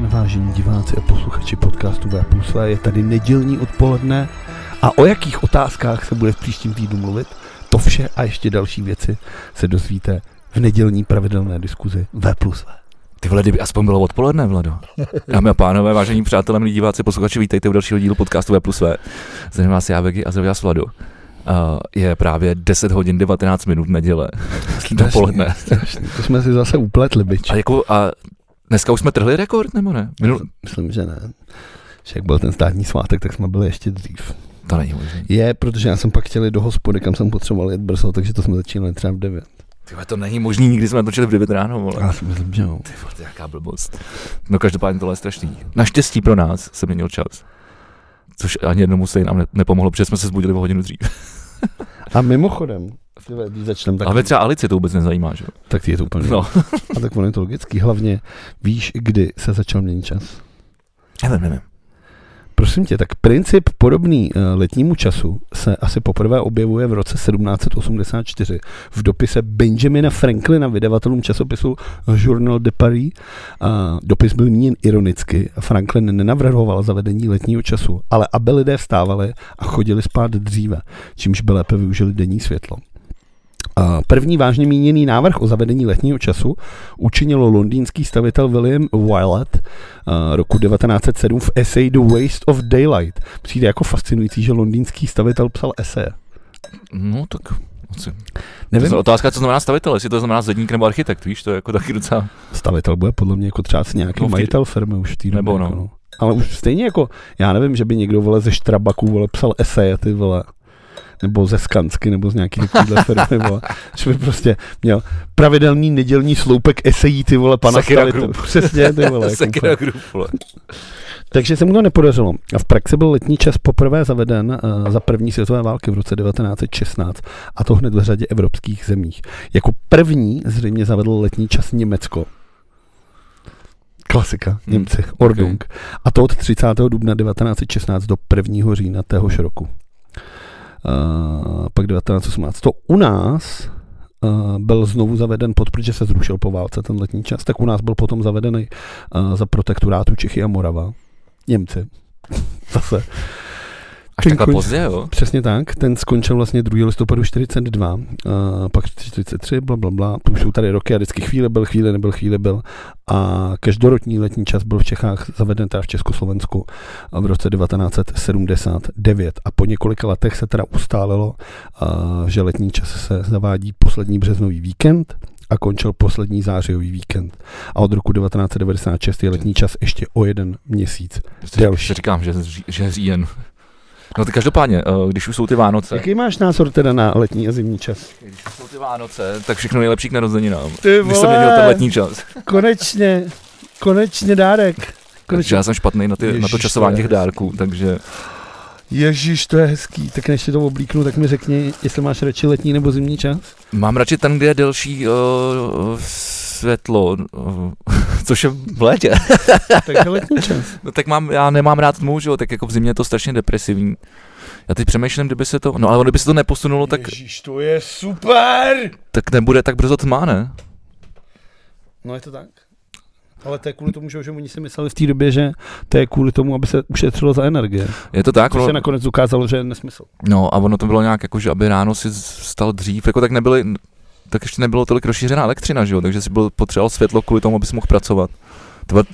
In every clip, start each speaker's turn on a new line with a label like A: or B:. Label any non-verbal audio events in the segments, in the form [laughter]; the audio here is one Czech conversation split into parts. A: vážení diváci a posluchači podcastu V plus V, je tady nedělní odpoledne a o jakých otázkách se bude v příštím týdnu mluvit, to vše a ještě další věci se dozvíte v nedělní pravidelné diskuzi V plus V.
B: Ty vole, kdyby aspoň bylo odpoledne, Vlado. Dámy a pánové, vážení přátelé, milí diváci, posluchači, vítejte u dalšího dílu podcastu V plus V. Zdravím vás já, Vegy, a zdravím vás Vladu. Uh, je právě 10 hodin 19 minut neděle. Dopoledne.
A: strašný. To jsme si zase upletli, byč.
B: A, jako, a dneska už jsme trhli rekord, nebo ne? Minul...
A: Myslím, že ne. Že jak byl ten státní svátek, tak jsme byli ještě dřív.
B: To není možné.
A: Je, protože já jsem pak chtěl jít do hospody, kam jsem potřeboval jet brzo, takže to jsme začínali třeba v 9.
B: Ty vole, to není možný, nikdy jsme natočili v 9 ráno, vole.
A: Já si myslím, že jo.
B: Ty vole, to je jaká blbost. No každopádně tohle je strašný. Naštěstí pro nás se měnil čas. Což ani jednomu stejně nám ne- nepomohlo, protože jsme se zbudili o hodinu dřív.
A: A mimochodem, ty vole, když začneme tak,
B: Ale třeba Alici to vůbec nezajímá, že? jo?
A: tak ty je to úplně.
B: No,
A: A tak ono je to logický. Hlavně víš, kdy se začal měnit čas.
B: nevím, nevím.
A: Prosím tě, tak princip podobný eh, letnímu času se asi poprvé objevuje v roce 1784 v dopise Benjamina Franklina vydavatelům časopisu Journal de Paris. A dopis byl míněn ironicky. Franklin nenavrhoval zavedení letního času, ale aby lidé vstávali a chodili spát dříve, čímž by lépe využili denní světlo. A První vážně míněný návrh o zavedení letního času učinilo londýnský stavitel William Willett a, Eh, roku 1907 v eseji The Waste of Daylight. Přijde jako fascinující, že londýnský stavitel psal eseje.
B: No tak, moc je.
A: Nevím,
B: To je otázka, co znamená stavitel, jestli to znamená zedník nebo architekt, víš, to je jako taky docela...
A: stavitel bude podle mě jako třeba s nějaký
B: No, v té-
A: majitel firmy už v té době.
B: Nebo no.
A: Jako no. Ale už stejně jako, já nevím, že by někdo vole ze Štrabaku vole psal eseje ty vole nebo ze Skansky, nebo z nějaký takovýhle
B: [laughs]
A: firmy, vole. že by prostě měl pravidelný nedělní sloupek esejí, ty vole, pana
B: Sakura
A: Stavitel.
B: Group.
A: Přesně, ty vole.
B: [laughs]
A: jako úplně.
B: Sekira Group, vole.
A: Takže se mu to nepodařilo. A v praxi byl letní čas poprvé zaveden eh, za první světové války v roce 1916 a to hned v řadě evropských zemích. Jako první zřejmě zavedl letní čas Německo. Klasika,
B: Hmm,
A: Němci, Ordung. A to od 30. dubna 1916 do 1. října téhož roku. Uh, pak 1918. To u nás uh, byl znovu zaveden pod, protože se zrušil po válce ten letní čas, tak u nás byl potom zavedený uh, za protektorátu Čechy a Morava. Němci. [laughs] Zase.
B: Až
A: Ten
B: takhle
A: konč-
B: pozdě, jo?
A: Přesně tak, ten skončil vlastně 2. listopadu 42, uh, pak 43, bla, bla, bla, to už jsou tady roky a vždycky chvíle byl, chvíle nebyl, chvíle byl a každoroční letní čas byl v Čechách zaveden teda v Československu eh, v roce 1979 a po několika letech se teda ustálilo, uh, že letní čas se zavádí poslední březnový víkend a končil poslední zářijový víkend. A od roku 1996 je letní čas ještě o jeden měsíc. Delší.
B: Delší. Říkám, že, zří- že říjen. No tak každopádně, eh, když už jsou ty Vánoce,
A: Jaký máš názor teda na letní a zimní čas?
B: když už jsou ty Vánoce, tak všechno nejlepší k narozeninám.
A: Ty
B: Když jsem měnil ten letní čas.
A: Konečně, konečně dárek.
B: Takže já jsem špatný na, ty, na to
A: Ježiš,
B: časování
A: to je
B: těch dárků, takže
A: Ježíš, to je hezký. Tak než si to oblíknu, tak mi řekni, jestli máš radši letní nebo zimní čas.
B: mám radši ten, kde je delší uh, světlo, uh, [laughs] což je v létě.
A: Tak je letní čas.
B: No tak mám, já nemám rád tmu, že jo, tak jako v zimě je to strašně depresivní. Já teď přemýšlím, kdyby se to, no ale ono, kdyby se to neposunulo, tak,
A: Ježíš, to je super!
B: tak nebude tak brzo tma, ne?
A: No je to tak. Ale to je kvůli tomu, že že oni si mysleli v té době, že to je kvůli tomu, aby se ušetřilo za energie.
B: Je to tak?
A: To
B: Ono,
A: se nakonec ukázalo, že je nesmysl.
B: no a ono to bylo nějak jako, že aby ráno si stal dřív, jako tak nebyly, tak ještě nebylo tolik rozšířená elektřina, že jo, takže si byl potřeboval světlo kvůli tomu, abys mohl pracovat. To bylo-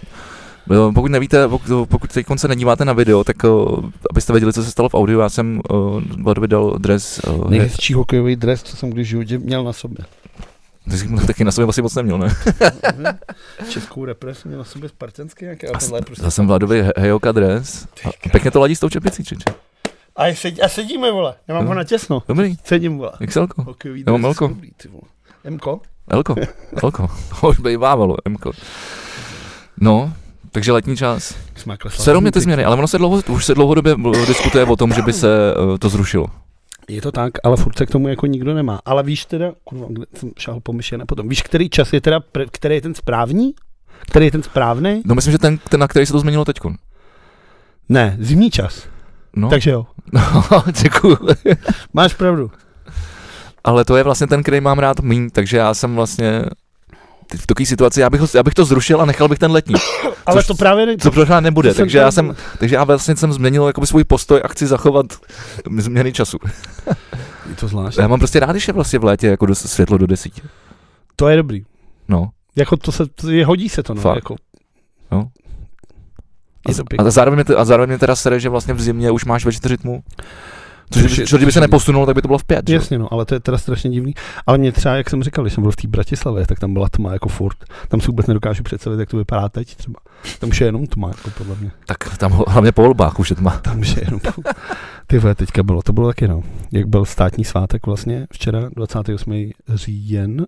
B: bylo- pokud nevíte, pok- pokud teď se nedíváte na video, tak uh, abyste věděli, co se stalo v audiu, já jsem uh, Vladovi dal dres, uh,
A: Nejhezčí hokejový dres, co jsem kdy v životě měl na sobě.
B: [laughs] taky na sobě asi moc neměl, ne?
A: Českou represi měl na sobě spartanský nějaký,
B: A s-
A: prostě
B: Já jsem Vladovi he- hejoka dres. A pěkně to ladí s tou čepicí, čič.
A: A, je sedí, a sedíme, vole. Já mám
B: No.
A: ho na těsno.
B: Dobrý,
A: Cením, vole.
B: Excelko,
A: Hokejový
B: Nebo
A: dres
B: Melko.
A: jsou dobrý, ty vole. Mko?
B: Elko, Elko. [laughs] To už bejvávalo, Mko. No, takže letní čas.
A: Smakle
B: Serou mě ty změny, ale ono se dlouho, už se dlouhodobě mlu- diskutuje o tom, že by se eh, to zrušilo.
A: Je to tak, ale furt se k tomu jako nikdo nemá. Ale víš teda, kurva, kde jsem šel po myši a ne potom. Víš, který čas je teda, pr- který je ten správný? Který je ten správný?
B: No myslím, že ten, ten na který se to změnilo teď.
A: Ne, zimní čas.
B: No,
A: Takže jo,
B: no, [laughs] děkuju.
A: máš pravdu.
B: Ale to je vlastně ten, který mám rád míň, takže já jsem vlastně ty- v takové situaci, já bych, ho, já bych to zrušil a nechal bych
A: [laughs]
B: ten letní.
A: Ale
B: což-
A: to právě ne...
B: Co pořád nebude,
A: to jsem
B: takže já, jsem,
A: tam-
B: takže já vlastně jsem změnil jakoby svůj postoj a chci zachovat změny času.
A: Je to zvláštní.
B: Já mám prostě rád, když je vlastně v létě jako do, světlo do desíti.
A: To je dobrý.
B: No.
A: Jako to se, to je, hodí se to, no.
B: Fakt.
A: Jako.
B: No.
A: Je to
B: A,
A: pěkný.
B: a, zároveň mě, t- a zároveň mě teda sere, že vlastně v zimě už máš ve čtyři tmu. Což,
A: Což
B: což,
A: je-
B: což, kdyby se neposunulo, tak by to bylo v pět. že jo?
A: Jasně, no, ale to je teda strašně divný. Ale mě třeba, jak jsem říkal, když jsem byl v té Bratislavě, tak tam byla tma jako furt. Tam si vůbec nedokážu představit, jak to vypadá teď třeba. Tam už je jenom tma, jako podle mě.
B: Tak tam ho- hlavně po volbách už je tma.
A: Tam už je jenom
B: [laughs]
A: tma. Ty vole, teďka bylo, to bylo taky, no. Jak byl státní svátek vlastně včera, 28. říjen,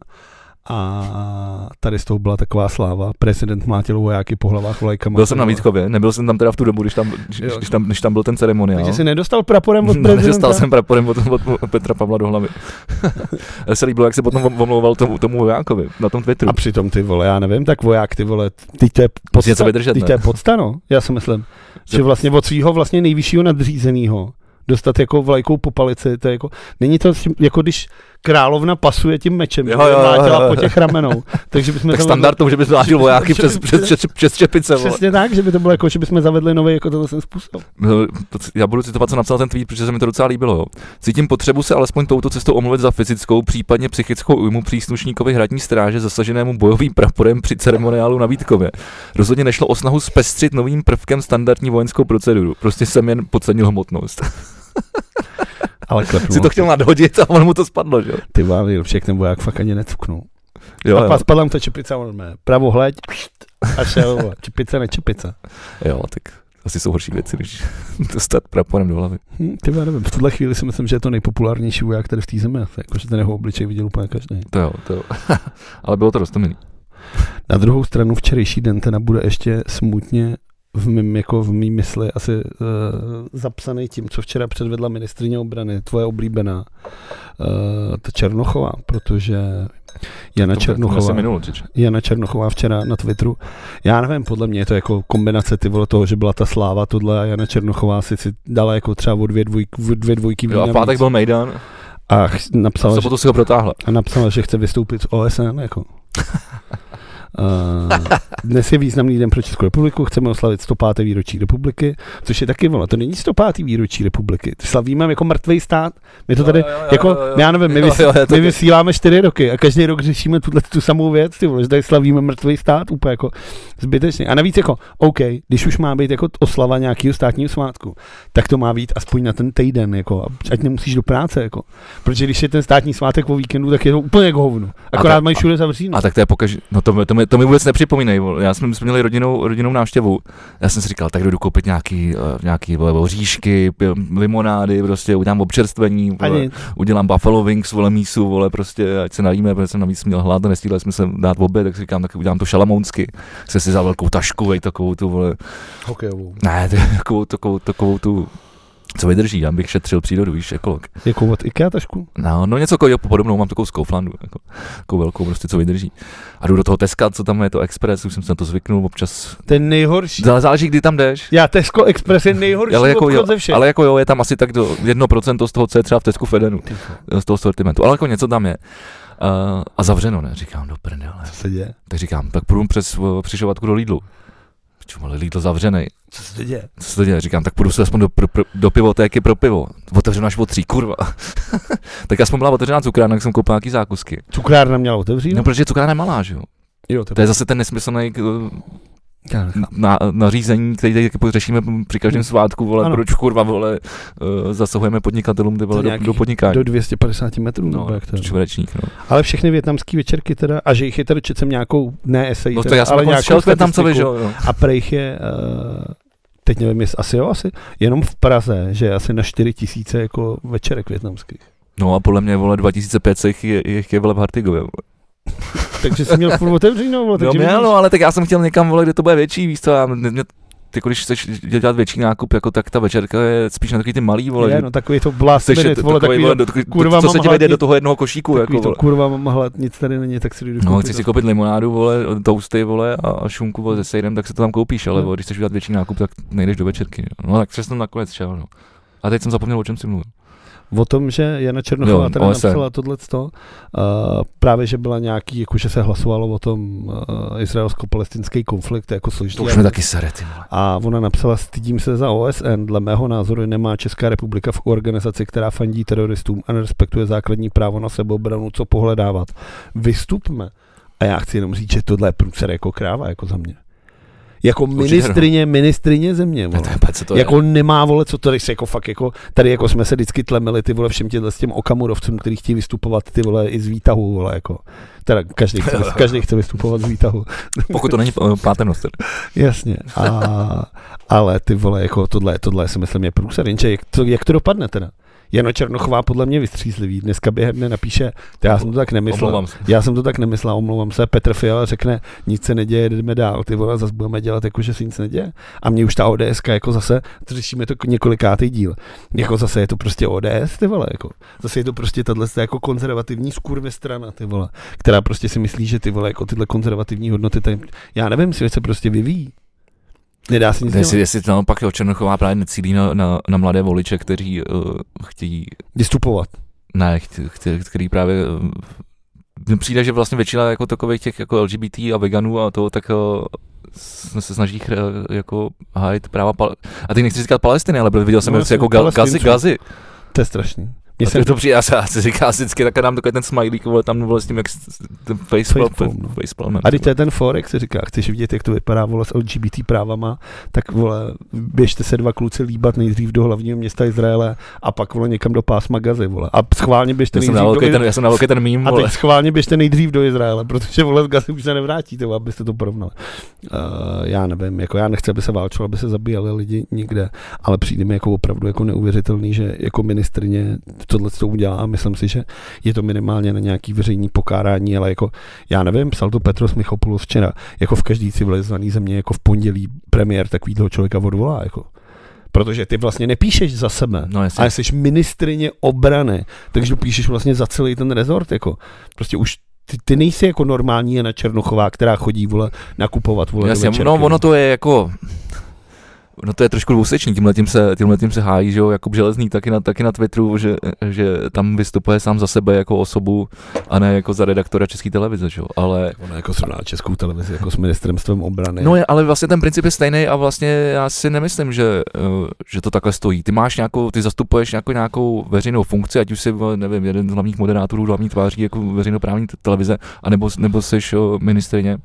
A: a tady z toho byla taková sláva. Prezident mlátil vojáky po hlavách vlajkama.
B: Byl jsem na Vítkově, nebyl jsem tam teda v tu dobu, když tam,
A: Jo.
B: když, když tam, když tam byl ten ceremoniál.
A: Takže jsi nedostal praporem od
B: [laughs] No,
A: prezidenta?
B: nedostal jsem praporem od, od, od Petra Pavla do hlavy. [laughs] Ale se líbilo, jak se potom omlouval tomu, tomu vojákovi na tom Twitteru.
A: A přitom ty vole, já nevím, tak voják ty vole, ty to je
B: Musí něco
A: podsta,
B: vydržet,
A: ty
B: ne?
A: to je podsta, no. Já si myslím,
B: Že-
A: že vlastně od svého vlastně nejvyššího nadřízeného dostat jako vlajkou po palici, to je jako, není to s tím- jako když královna pasuje tím mečem,
B: Jo,
A: že
B: jo, jo,
A: mlátila
B: jo,
A: po
B: jo.
A: těch ramenou, takže [laughs] bychom
B: tak
A: zavedli-
B: standardnou, že by zvláštil
A: [laughs]
B: vojáky
A: že by-
B: přes, přes, přes, přes čepice. vole.
A: Přesně tak, že by to bylo jako, že bychom zavedli nový jako tenhle ten způsob.
B: No, to c- Já budu citovat, co napsal ten tweet, protože se mi to docela líbilo. Jo. Cítím potřebu se alespoň touto cestou omluvit za fyzickou, případně psychickou újmu příslušníkovi hradní stráže zasaženému bojovým praporem při ceremoniálu na Vítkově. Rozhodně nešlo o snahu zpestřit novým prvkem standardní vojenskou proceduru. Prostě jsem jen podcenil hmotnost.
A: Ale
B: Si
A: klepnu.
B: to chtěl nadhodit a on mu to spadlo, že jo?
A: Ty vám nejlepší, jak ten voják fakt ani necuknul.
B: Jo,
A: a
B: jo.
A: pak spadla mu ta čepice a on normálně pravohleď a šel, vole. čepice ne čepice.
B: jo, tak asi jsou horší věci, než [laughs] dostat praporem do hlavy.
A: Hm, Ty já nevím, v tuhle chvíli si myslím, že je to nejpopulárnější voják tady v té zemi. asi, Jakože ten jeho obličej viděl úplně každý.
B: To jo, to jo. [laughs] Ale bylo to roztomilý.
A: Na druhou stranu včerejší den teda bude ještě smutně v mým, jako v mý mysli asi uh, zapsaný tím, co včera předvedla ministrině obrany, tvoje oblíbená, uh, ta Černochová, protože Jana Černochová...
B: se minul, čič.
A: Jana Černochová včera na Twitteru. Já nevím, podle mě je to jako kombinace ty vole toho, že byla ta sláva tohle a Jana Černochová si, si dala jako třeba o dvě, dvojk, o dvě dvojky
B: Jo, a v
A: vína
B: pátek
A: víc.
B: byl Mejdan,
A: a ch-
B: v
A: napsala, že
B: sobotu si ho protáhla.
A: a napsala, že chce vystoupit z OSN. Jako. Uh, dnes je významný den pro Českou republiku, chceme oslavit 105. výročí republiky, což je taky vola. To není 105. výročí republiky, to slavíme jako mrtvý stát. My to tady,
B: Jo, jo, jo,
A: jako,
B: jo, jo.
A: já nevím, my,
B: Jo,
A: vysí,
B: jo, je to
A: my
B: tak.
A: vysíláme čtyři roky a každý rok řešíme tuhle tu samou věc, ty vole, že tady slavíme mrtvý stát úplně jako zbytečně. A navíc jako, OK, když už má být jako oslava nějakého státního svátku, tak to má být aspoň na ten týden, jako, a ať nemusíš do práce, jako. Protože když je ten státní svátek po víkendu, tak je to úplně k hovnu. Akorát
B: tak-
A: mají všude zavříno.
B: A tak to je pokaž... No to, mi- to, mi, to mi vůbec nepřipomínej, vole. já jsme, my jsme měli rodinnou, rodinnou návštěvu, já jsem si říkal, tak jdu koupit nějaký, eh, nějaký vole, oříšky, p- limonády, prostě udělám občerstvení, vole,
A: Ani,
B: udělám buffalo wings, vole mísu, vole, prostě, ať se najíme, protože jsem navíc měl hlad, a nestíhali jsme se dát oběd, tak si říkám, tak udělám to šalamounsky, jsem si vzal velkou tašku, vej, takovou tu, vole,
A: hokejovou.
B: ne, [laughs] t- takovou, takovou, takovou tu, co vydrží, já bych šetřil přírodu, víš, ekolog.
A: Jako od IKEA tašku?
B: No, no něco jako podobnou, mám takovou z Kauflandu, jako, takovou velkou prostě, co vydrží. A jdu do toho Teska, co tam je to Express, už jsem se na to zvyknul občas.
A: To je nejhorší.
B: Zá- Záleží, kdy tam jdeš.
A: Já Tesco Express je nejhorší
B: Ale jako, jo,
A: obchod ze všech.
B: ale jako jo, je tam asi tak do 1% z toho, co je třeba v Tesku v Edenu,
A: Ty vole,
B: z toho sortimentu, ale jako něco tam je. Uh, a zavřeno, ne, říkám, do prdele.
A: Co se děje?
B: Tak říkám, tak půjdu přes uh, křižovatku do Lidlu. Čumali Lidl zavřený.
A: Co se děje?
B: Co se to děje? Říkám, tak půjdu se aspoň do, pro, pro, do pivotéky pro pivo. Otevřeno až o tří, kurva. [laughs] tak aspoň byla otevřená cukrárna, tak jsem koupil nějaký zákusky.
A: Cukrárna měla otevřít?
B: No, protože cukrárna je malá, že jo?
A: jo, to
B: To je zase ten nesmyslný k-
A: Já nechápu.
B: na, nařízení, který tady taky řešíme při každém svátku, vole,
A: Mm. Ano.
B: ano. proč kurva, vole, eh, zasahujeme podnikatelům, ty vole, do,
A: nějakých-
B: do podnikání.
A: Do 250 metrů, no,
B: no,
A: nebo jak to je?
B: čtverečních, no.
A: Ale všechny větnamské večerky teda, a že jich je teda, četl jsem nějakou, ne esej,
B: no
A: teda,
B: to já jsem
A: ale
B: jako
A: nějakou
B: šel k Větnamcovi,
A: statistiku.
B: že jo? jo.
A: A prejch je, uh, teď nevím, jestli, asi jo, asi, jenom v Praze, že je asi na 4 tisíce jako večerek větnamských.
B: No a podle mě, vole, 2500 jich je, jich je vole v Hartigově, vole.
A: Takže jsi měl furt otevřenou, vole,
B: No,
A: takže
B: měl,
A: vidíš.
B: no, ale tak já jsem chtěl někam, vole, kde to bude větší, víš co, já, mě, mě, ty, jako, když chceš dělat větší nákup, jako, tak ta večerka je spíš na takový ty malý, vole.
A: je,
B: že-
A: no, takový to blast
B: chceš
A: minute,
B: to-
A: vole,
B: takovej,
A: takový,
B: vole,
A: takový,
B: do- takový-
A: kurva,
B: co se
A: mám
B: ti vejde
A: hlad,
B: do toho jednoho košíku, jako,
A: to,
B: vole.
A: kurva, mám hlad, nic tady není, tak si jdu
B: No,
A: koupit
B: chceš si
A: to.
B: koupit limonádu, vole, tousty, vole, a a šunku, vole, se sejdem, tak se to tam koupíš, ale
A: No.
B: vole, když chceš udělat větší nákup, tak nejdeš do večerky. jo. No, tak přesně jsem nakonec šel, no. A teď jsem zapomněl, o čem si mluvil.
A: o tom, že Jana Černochová
B: Jo,
A: teda
B: OSN.
A: napsala tohleto, uh, právě, že byla nějaký, jako že se hlasovalo o tom uh, izraelsko-palestinský konflikt, jako složitý.
B: To už mi taky sere, ty vole.
A: A ona napsala, stydím se za OSN, dle mého názoru nemá Česká republika v organizaci, která fandí teroristům a nerespektuje základní právo na sebeobranu, co pohledávat. Vystupme. A já chci jenom říct, že tohle je průcer jako kráva, jako za mě. Jako
B: Určitě.
A: ministrině, ministrině země,
B: Ne,
A: vole.
B: to je pece, to
A: To
B: je.
A: jako je. nemá, vole, co tady se jako fakt, jako, tady jako jsme se vždycky tlemili, ty vole, všem těhle s těm okamurovcům, kteří chtějí vystupovat, ty vole, i z výtahu, vole, jako. Teda každý chce,
B: [laughs]
A: každý chce vystupovat z výtahu.
B: Pokud to není eh, pátemnost. teda.
A: Jasně. A, ale ty vole, jako tohle, tohle si myslím je průser, jenže jak to, jak to dopadne teda? Jano Černochová podle mě vystřízlivý. Dneska během dne napíše, já jsem to tak nemyslel.
B: Omlouvám se.
A: Já jsem to tak nemyslel, omlouvám se. Petr Fiala řekne, nic se neděje, jdeme dál, ty vole, zase budeme dělat, jako že se nic neděje. A mě už ta ODS jako zase, to řešíme to k- několikátý díl, jako zase je to prostě ODS, ty vole, jako. Zase je to prostě tahle jako konzervativní skurve strana, ty vole, která prostě si myslí, že ty vole, jako tyhle konzervativní hodnoty, tady, já nevím, svět se prostě vyvíjí. Nedá se nic
B: Jestli,
A: dělat.
B: jestli to naopak jo, Černochová právě necílí na, na, na mladé voliče, kteří uh, chtějí
A: Vystupovat.
B: Ne, cht- cht- který právě eh, mně přijde, že vlastně většina jako takových těch jako LGBT a veganů a toho, tak eh, s- se snaží chr- eh, jako hájit práva pal- a ty nechci říkat Palestiny, ale protože viděl jsem
A: No,
B: no,
A: jasně,
B: jako ga- gazy,
A: Palestinců.
B: gazy.
A: To je strašný.
B: Mně
A: Mně se
B: to přijde, já se, já se říká vždycky, takhle nám takový ten smajlík, vole, tam vole s tím, jak s- s- ten facepalm,
A: Facepalm, no.
B: facepalm.
A: A teď to je ten Forex, se říká, chceš vidět, jak to vypadá, vole, s LGBT právama, tak vole, běžte se dva kluci líbat nejdřív do hlavního města Izraele a pak vole někam do pásma Gazy, vole. A schválně běžte
B: já jsem
A: nejdřív
B: na
A: do
B: velký
A: Izraele.
B: ten, já jsem na velký ten mím,
A: A
B: vole.
A: teď schválně běžte nejdřív do Izraele, protože vole z Gazy už se nevrátíte, abyste to porovnali. Uh, já nevím, jako já nechci, aby se válčilo, aby se zabíjeli lidi nikde, ale přijde mi jako opravdu jako neuvěřitelný, že jako ministrině tohle to udělá a myslím si, že je to minimálně na nějaký veřejný pokárání, ale jako já nevím, psal to Petros Michopoulos včera, jako v každý civilizovaný země, jako v pondělí premiér takovýhle člověka odvolá, jako. Protože ty vlastně nepíšeš za sebe.
B: No jasně.
A: A jsi ministrině obrany, takže píšeš vlastně za celý ten rezort, jako. Prostě už ty, ty nejsi jako normální Jana Černochová, která chodí, vole, nakupovat, vole, do
B: Jasně,
A: večerky,
B: no
A: vole.
B: ono to je jako, no to je trošku dvousečný, tímhle tím se, tímhle tím se hájí, že jo, Jakub Železný taky na, taky na Twitteru, že, že tam vystupuje sám za sebe jako osobu a ne jako za redaktora České televize, že jo, ale...
A: Ono jako srovná českou televizi jako s ministerstvem obrany.
B: No je, ale vlastně ten princip je stejný a vlastně já si nemyslím, že, eh, že to takhle stojí. Ty máš nějakou, ty zastupuješ nějakou, nějakou veřejnou funkci, ať už jsi, eh, nevím, jeden z hlavních moderátorů, hlavní tváří jako veřejnoprávní t- televize, anebo, nebo jsi eh, ministrině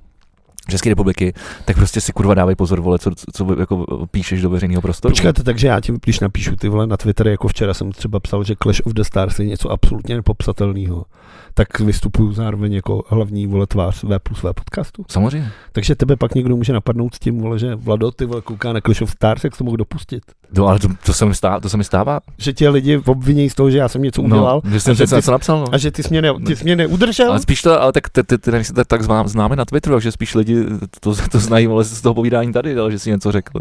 B: České republiky, tak prostě si kurva dávej pozor, vole, co, co jako píšeš do veřejného prostoru.
A: Počkejte, takže já tím, když napíšu ty vole na Twitter, jako včera jsem třeba psal, že Clash of the Stars je něco absolutně nepopsatelného, tak vystupuju zároveň jako hlavní vole tvář V plus V podcastu.
B: Samozřejmě.
A: Takže tebe pak někdo může napadnout s tím, vole, že Vlado, ty vole, kouká na Clash of Stars, jak jsi to mohl dopustit?
B: No, ale to, to, se mi stává, to se mi stává.
A: Že tě lidi obviní z toho, že já jsem něco udělal
B: no, že jsem
A: a že
B: něco
A: ty-
B: něco napsal. No.
A: a že ty jsi mě, ne, ty jsi mě neudržel?
B: Ale spíš to, ale tak ty, ty, ty nejsi tak, tak zvám, známe na Twitteru, takže spíš lidi to, to znají vole, z toho povídání tady, ale že si něco řekl.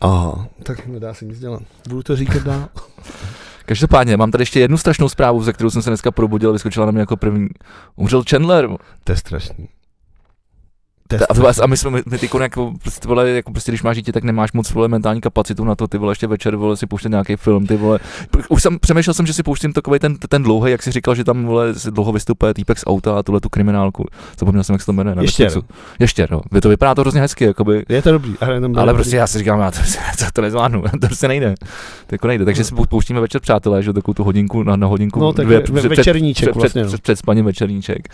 A: Aha. Tak nedá se nic dělat. Budu to říkat dál.
B: Každopádně, mám tady ještě jednu strašnou zprávu, za kterou jsem se dneska probudil, vyskočila na mě jako první. Umřel Chandler.
A: [laughs] to je strašný.
B: A, to, a my jsme my, my ty kon, jako, prostě, vole, jako prostě, když máš dítě, tak nemáš moc vole, mentální kapacitu na to, ty vole, ještě večer vole, si pouštět nějaký film, ty vole. Už jsem přemýšlel jsem, že si pouštím takový ten, ten dlouhý, jak jsi říkal, že tam vole, si dlouho vystupuje týpek z auta a tuhle tu kriminálku. Zapomněl jsem, jak se to jmenuje. na
A: Ještěr.
B: Netflixu. Ještěr, no. Vy to vypadá to hrozně hezky, jakoby.
A: Je to dobrý. Ale, jenom
B: Ale
A: No, dobrý.
B: prostě já si říkám, já to, [laughs] já to nezvládnu, [laughs] to prostě nejde. To jako nejde. Takže si pouštíme večer, přátelé, že jo, takovou tu hodinku na, na hodinku.
A: No, tak
B: jako dvě
A: ve- ve- večerníček
B: před,
A: vlastně, no.
B: před, před, před spaním večerníček.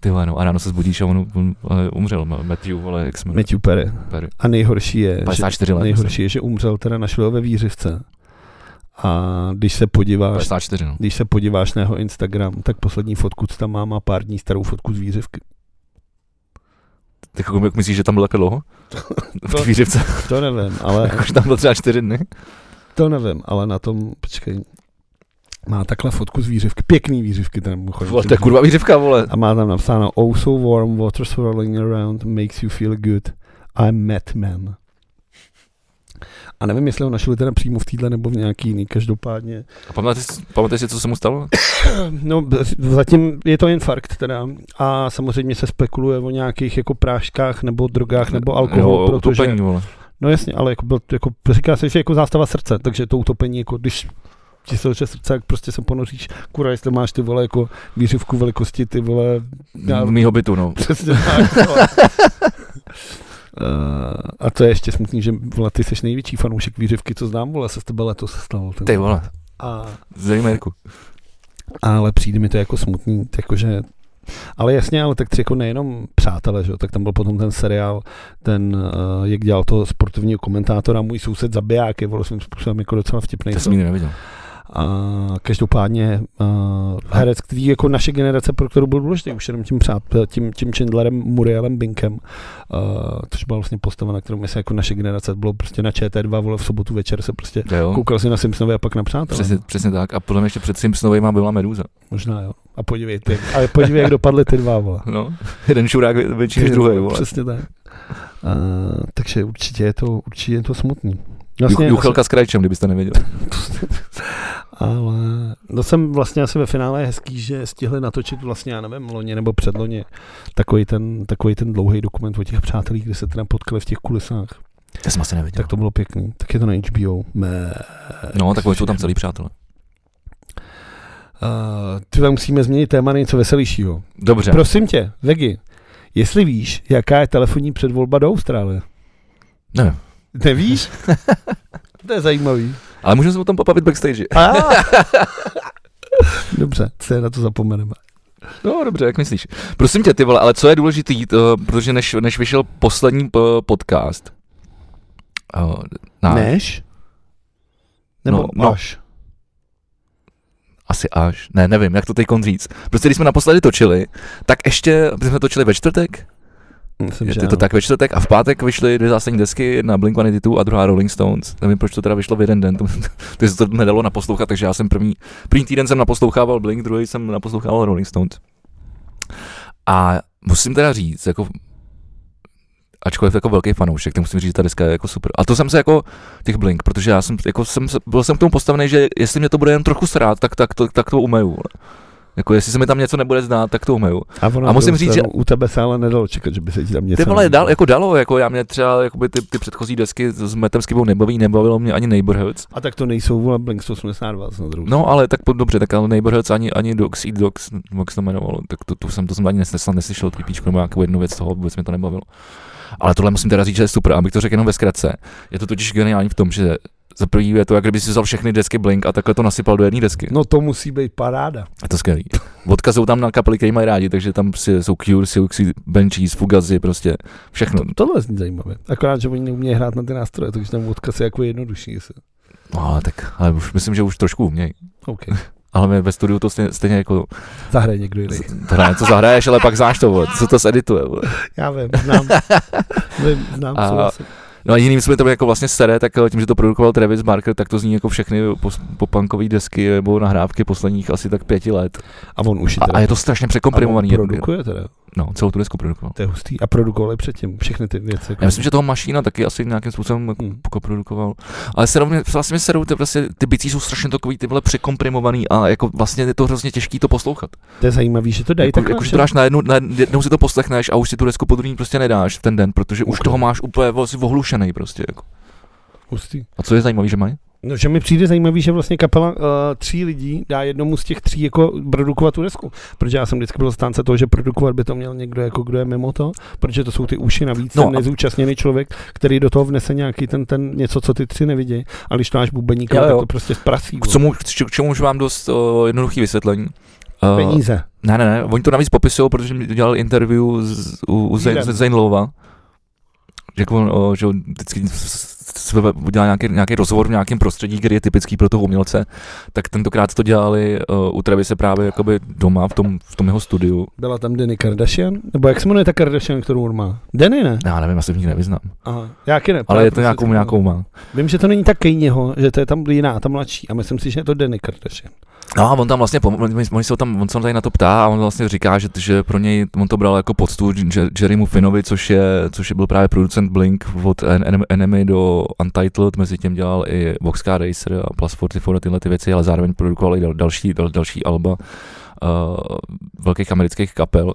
B: Ty vole, no, a ráno se zbudíš a on, on eh, umřel, Ma- Matthew, vole, jak jsme
A: Matthew Perry.
B: Perry.
A: A nejhorší je, že,
B: 54 let. myslím.
A: nejhorší je, že umřel teda na šilové výřivce. A když se podíváš,
B: 54, no.
A: když se podíváš na jeho Instagram, tak poslední fotku, co tam má, má pár dní starou fotku z výřivky.
B: Tak jako, jak myslíš, že tam byl tak dlouho?
A: [laughs]
B: V té [laughs] výřivce,
A: To nevím, ale
B: [laughs] jakože tam byl třeba 4 dny.
A: to nevím, ale na tom, počkej, má takhle fotku z výřivky, pěkný výřivky tam mimochodem.
B: Vole, to je kurva výřivka, vole.
A: A má tam napsáno Oh so warm, water swirling around, makes you feel good. I'm Mad Man. A nevím, jestli ho našli teda přímo v týdle nebo v nějaký jiný, každopádně.
B: A pamatuješ, pamatuješ si, co se mu stalo?
A: No, b- zatím je to infarkt teda a samozřejmě se spekuluje o nějakých jako práškách nebo drogách nebo alkoholu,
B: jo,
A: protože...
B: Utopení, vole.
A: No jasně, ale jako, byl, jako, říká se, že jako zástava srdce, takže to utopení, jako když ti se oče srdce, jak prostě se ponoříš, kurva, jestli máš ty vole jako výřivku velikosti, ty vole, [laughs] já,
B: Mýho bytu, no.
A: přesně tak,
B: [laughs]
A: vole. Eh, a to je ještě smutný, že vole, ty jsi největší fanoušek výřivky, co znám, vole, se s tebe letos stalo.
B: Ty vole, jako-
A: A,
B: zajímavku.
A: ale přijde mi to jako smutný, jakože ale jasně, ale tak tři jako nejenom přátelé, že? jo, tak tam byl potom ten seriál, ten, eh, jak dělal toho sportovního komentátora, můj soused zabiják, je vole, svým způsobem jako docela vtipný.
B: To jsem nikdy neviděl.
A: A každopádně uh, herec, který jako naše generace, pro kterou byl důležitý, už jenom tím, přát, eh, tím, tím Chandlerem, Murielem Binkem, uh, což byla vlastně postava, na kterou my se jako naše generace bylo prostě na ČT2, vole v sobotu večer se prostě
B: Jo,
A: koukal si na Simpsonovi a pak na přátelé.
B: No. přesně, přesně tak. A podle mě ještě před Simpsonovejma byla Meduza.
A: Možná jo. A podívej, ty,
B: [laughs]
A: ale podívej, jak dopadly ty dva, vole.
B: No, [laughs] jeden šurák vě- větší než druhý, vole.
A: Přesně tak. Uh, takže určitě je to, určitě je to smutný. Vlastně-
B: Ju- Juchelka s krajčem, kdybyste nevěděli.
A: [laughs] Ale no jsem vlastně asi ve finále je hezký, že stihli natočit vlastně, já nevím, loni nebo předloni, takový ten, takový ten dlouhý dokument o těch přátelích, kde se teda potkali v těch kulisách.
B: To jsem asi nevěděl.
A: Tak to bylo pěkný. Tak je to na HBO. Mé.
B: No, tak oni jsou tam celý přátelé.
A: Uh, ty tam musíme změnit téma na něco veselějšího.
B: Dobře.
A: Prosím tě, Vegi, jestli víš, jaká je telefonní předvolba do Austrálie?
B: Nevím.
A: Nevíš? [laughs] to je zajímavý.
B: Ale můžeme se o tom popavit backstage. [laughs]
A: A! [laughs] Dobře, se na to zapomeneme.
B: No dobře, jak myslíš. Prosím tě, ty vole, ale co je důležitý, to, protože než, než vyšel poslední p- podcast, uh, na,
A: Než? Nebo
B: No, no.
A: až?
B: asi až, ne, nevím, jak to teď říct. Prostě když jsme naposledy točili, tak ještě, my jsme točili ve čtvrtek,
A: Myslím,
B: je
A: že
B: to
A: ano.
B: tak ve čtvrtek a v pátek vyšly dvě zásadní desky na Blink-182 a druhá Rolling Stones. Nevím, proč to teda vyšlo v jeden den, to, [laughs] to se to nedalo naposlouchat, takže já jsem první, první týden jsem naposlouchával Blink, druhý jsem naposlouchával Rolling Stones. A musím teda říct, jako ačkoliv jako velký fanoušek, tak musím říct, že ta deska je jako super. A to jsem se jako těch Blink, protože já jsem, jako jsem, se- byl jsem k tomu postavený, že jestli mě to bude jen trochu srát, tak, tak, to, tak to umeju. vole. Jako jestli se mi tam něco nebude znát, tak to umeju.
A: A, ono
B: A musím říct, že-
A: u tebe se ale nedalo čekat, že by se ti tam něco...
B: Ty vole,
A: nelíbilo.
B: dal, jako dalo, jako já mě třeba jakoby ty, ty předchozí desky s Metem Skibou nebaví, nebavilo mě ani Neighborhoods.
A: A tak to nejsou, vole, Blink 182 na druhou.
B: No ale tak po- dobře, tak ale Neighborhoods ani, ani Dogs Eat Dogs, jak se to jmenovalo, tak to, to, jsem, to jsem ani nesnesl, neslyšel tu píčku nebo nějakou jednu věc z toho, vůbec mě to nebavilo. Ale tohle musím teda říct, že je super, abych to řekl jenom ve zkratce. Je to totiž geniální v tom, že za prvý je to, jak kdyby si vzal všechny desky Blink a takhle to nasypal do jedné desky.
A: No to musí být paráda.
B: A to skvělý. Odkazují tam na kapely, které mají rádi, takže tam si, jsou Cure, Siouxsie, Banshees, Fugazi, prostě všechno.
A: Tohle zní zajímavé. Akorát, že oni neumějí hrát na ty nástroje, takže ten odkaz je jako jednodušší. jestli-
B: No, ale tak, ale už myslím, že už trošku uměj.
A: OK.
B: Ale my ve studiu to stejně, stejně jako
A: Zahraje někdo jiný.
B: z- hra, něco zahraješ, ale pak znáš to, vole, co to zedituje. vole.
A: Já vím,
B: [laughs]
A: znám. vím, znám,
B: A-
A: souhlasím.
B: No a jiným jsme to jako vlastně sere, tak eh, tím, že to produkoval Travis Barker, tak to zní jako všechny pos- popankové desky nebo nahrávky posledních asi tak pěti let.
A: A on už
B: A, a je to strašně překomprimovaný.
A: A on produkuje teda.
B: No, celou tu desku produkoval.
A: To je hustý. A produkovali předtím všechny ty věci. jako-
B: Já myslím, že toho Mašína taky asi nějakým způsobem jako
A: Hmm.
B: koprodukoval. Ale se rovně, vlastně se rovně, vlastně, ty bicí jsou strašně takový tyhle překomprimovaný a jako vlastně je to hrozně těžký to poslouchat.
A: To je zajímavý, že to dají
B: jako,
A: takhle,
B: jako, že
A: že-
B: to dáš najednou, najednou si to poslechneš a už si tu desku po druhý prostě nedáš v ten den, protože už
A: Ok.
B: toho máš úplně vo- jsi ohlušený prostě. Jako.
A: Hustý.
B: A co je zajímavé, že mají?
A: No, že mi přijde zajímavý, že vlastně kapela uh, tří lidí dá jednomu z těch tří jako produkovat tu desku. Protože já jsem vždycky byl stánce toho, že produkovat by to měl někdo, jako kdo je mimo to, protože to jsou ty uši navíc,
B: No
A: no, ten
B: a-
A: nezúčastněný člověk, který do toho vnese nějaký ten, ten něco, co ty tři nevidí. A když to máš bubeníka,
B: Jo,
A: tak
B: jo.
A: to prostě zprasí.
B: K, tomu, k č- k čemu už mám dost uh, jednoduchý vysvětlení.
A: vole.
B: Uh,
A: Peníze.
B: ne, ne, ne, oni to navíc popisují, protože mi dělal interview z, u, u Zayn-
A: Dýrem.
B: z Zayn Lova, že, jako on, o, že on vždycky s- s- s- udělá nějaký, nějaký rozhovor v nějakém prostředí, který je typický pro toho umělce, tak tentokrát to dělali uh, u Travise právě jakoby doma v tom, v tom jeho studiu.
A: Byla tam Denny Kardashian? Nebo jak se jmenuje ta Kardashian, kterou on má? Denny ne?
B: Já nevím, já se v ní nevyznám.
A: Aha. Já taky ne.
B: Ale
A: právě
B: je to
A: prostě
B: nějakou,
A: tak-
B: nějakou má.
A: Vím, že to není ta Kejního, že to je tam jiná, ta mladší. A myslím si, že je to Denny Kardashian.
B: No a on tam vlastně, pom- on, on se ho tam, on se ho tady na to ptá a on vlastně říká, že, že pro něj, on to bral jako poctu Jer- Jerrymu Finovi, což je, což je byl právě producent Blink od En- En- Enemy do Untitled, mezi tím dělal i Boxcar Racer a Plus 44 a tyhle ty věci, ale zároveň produkoval i dal, další, dal, další alba uh, velkých eh, amerických kapel.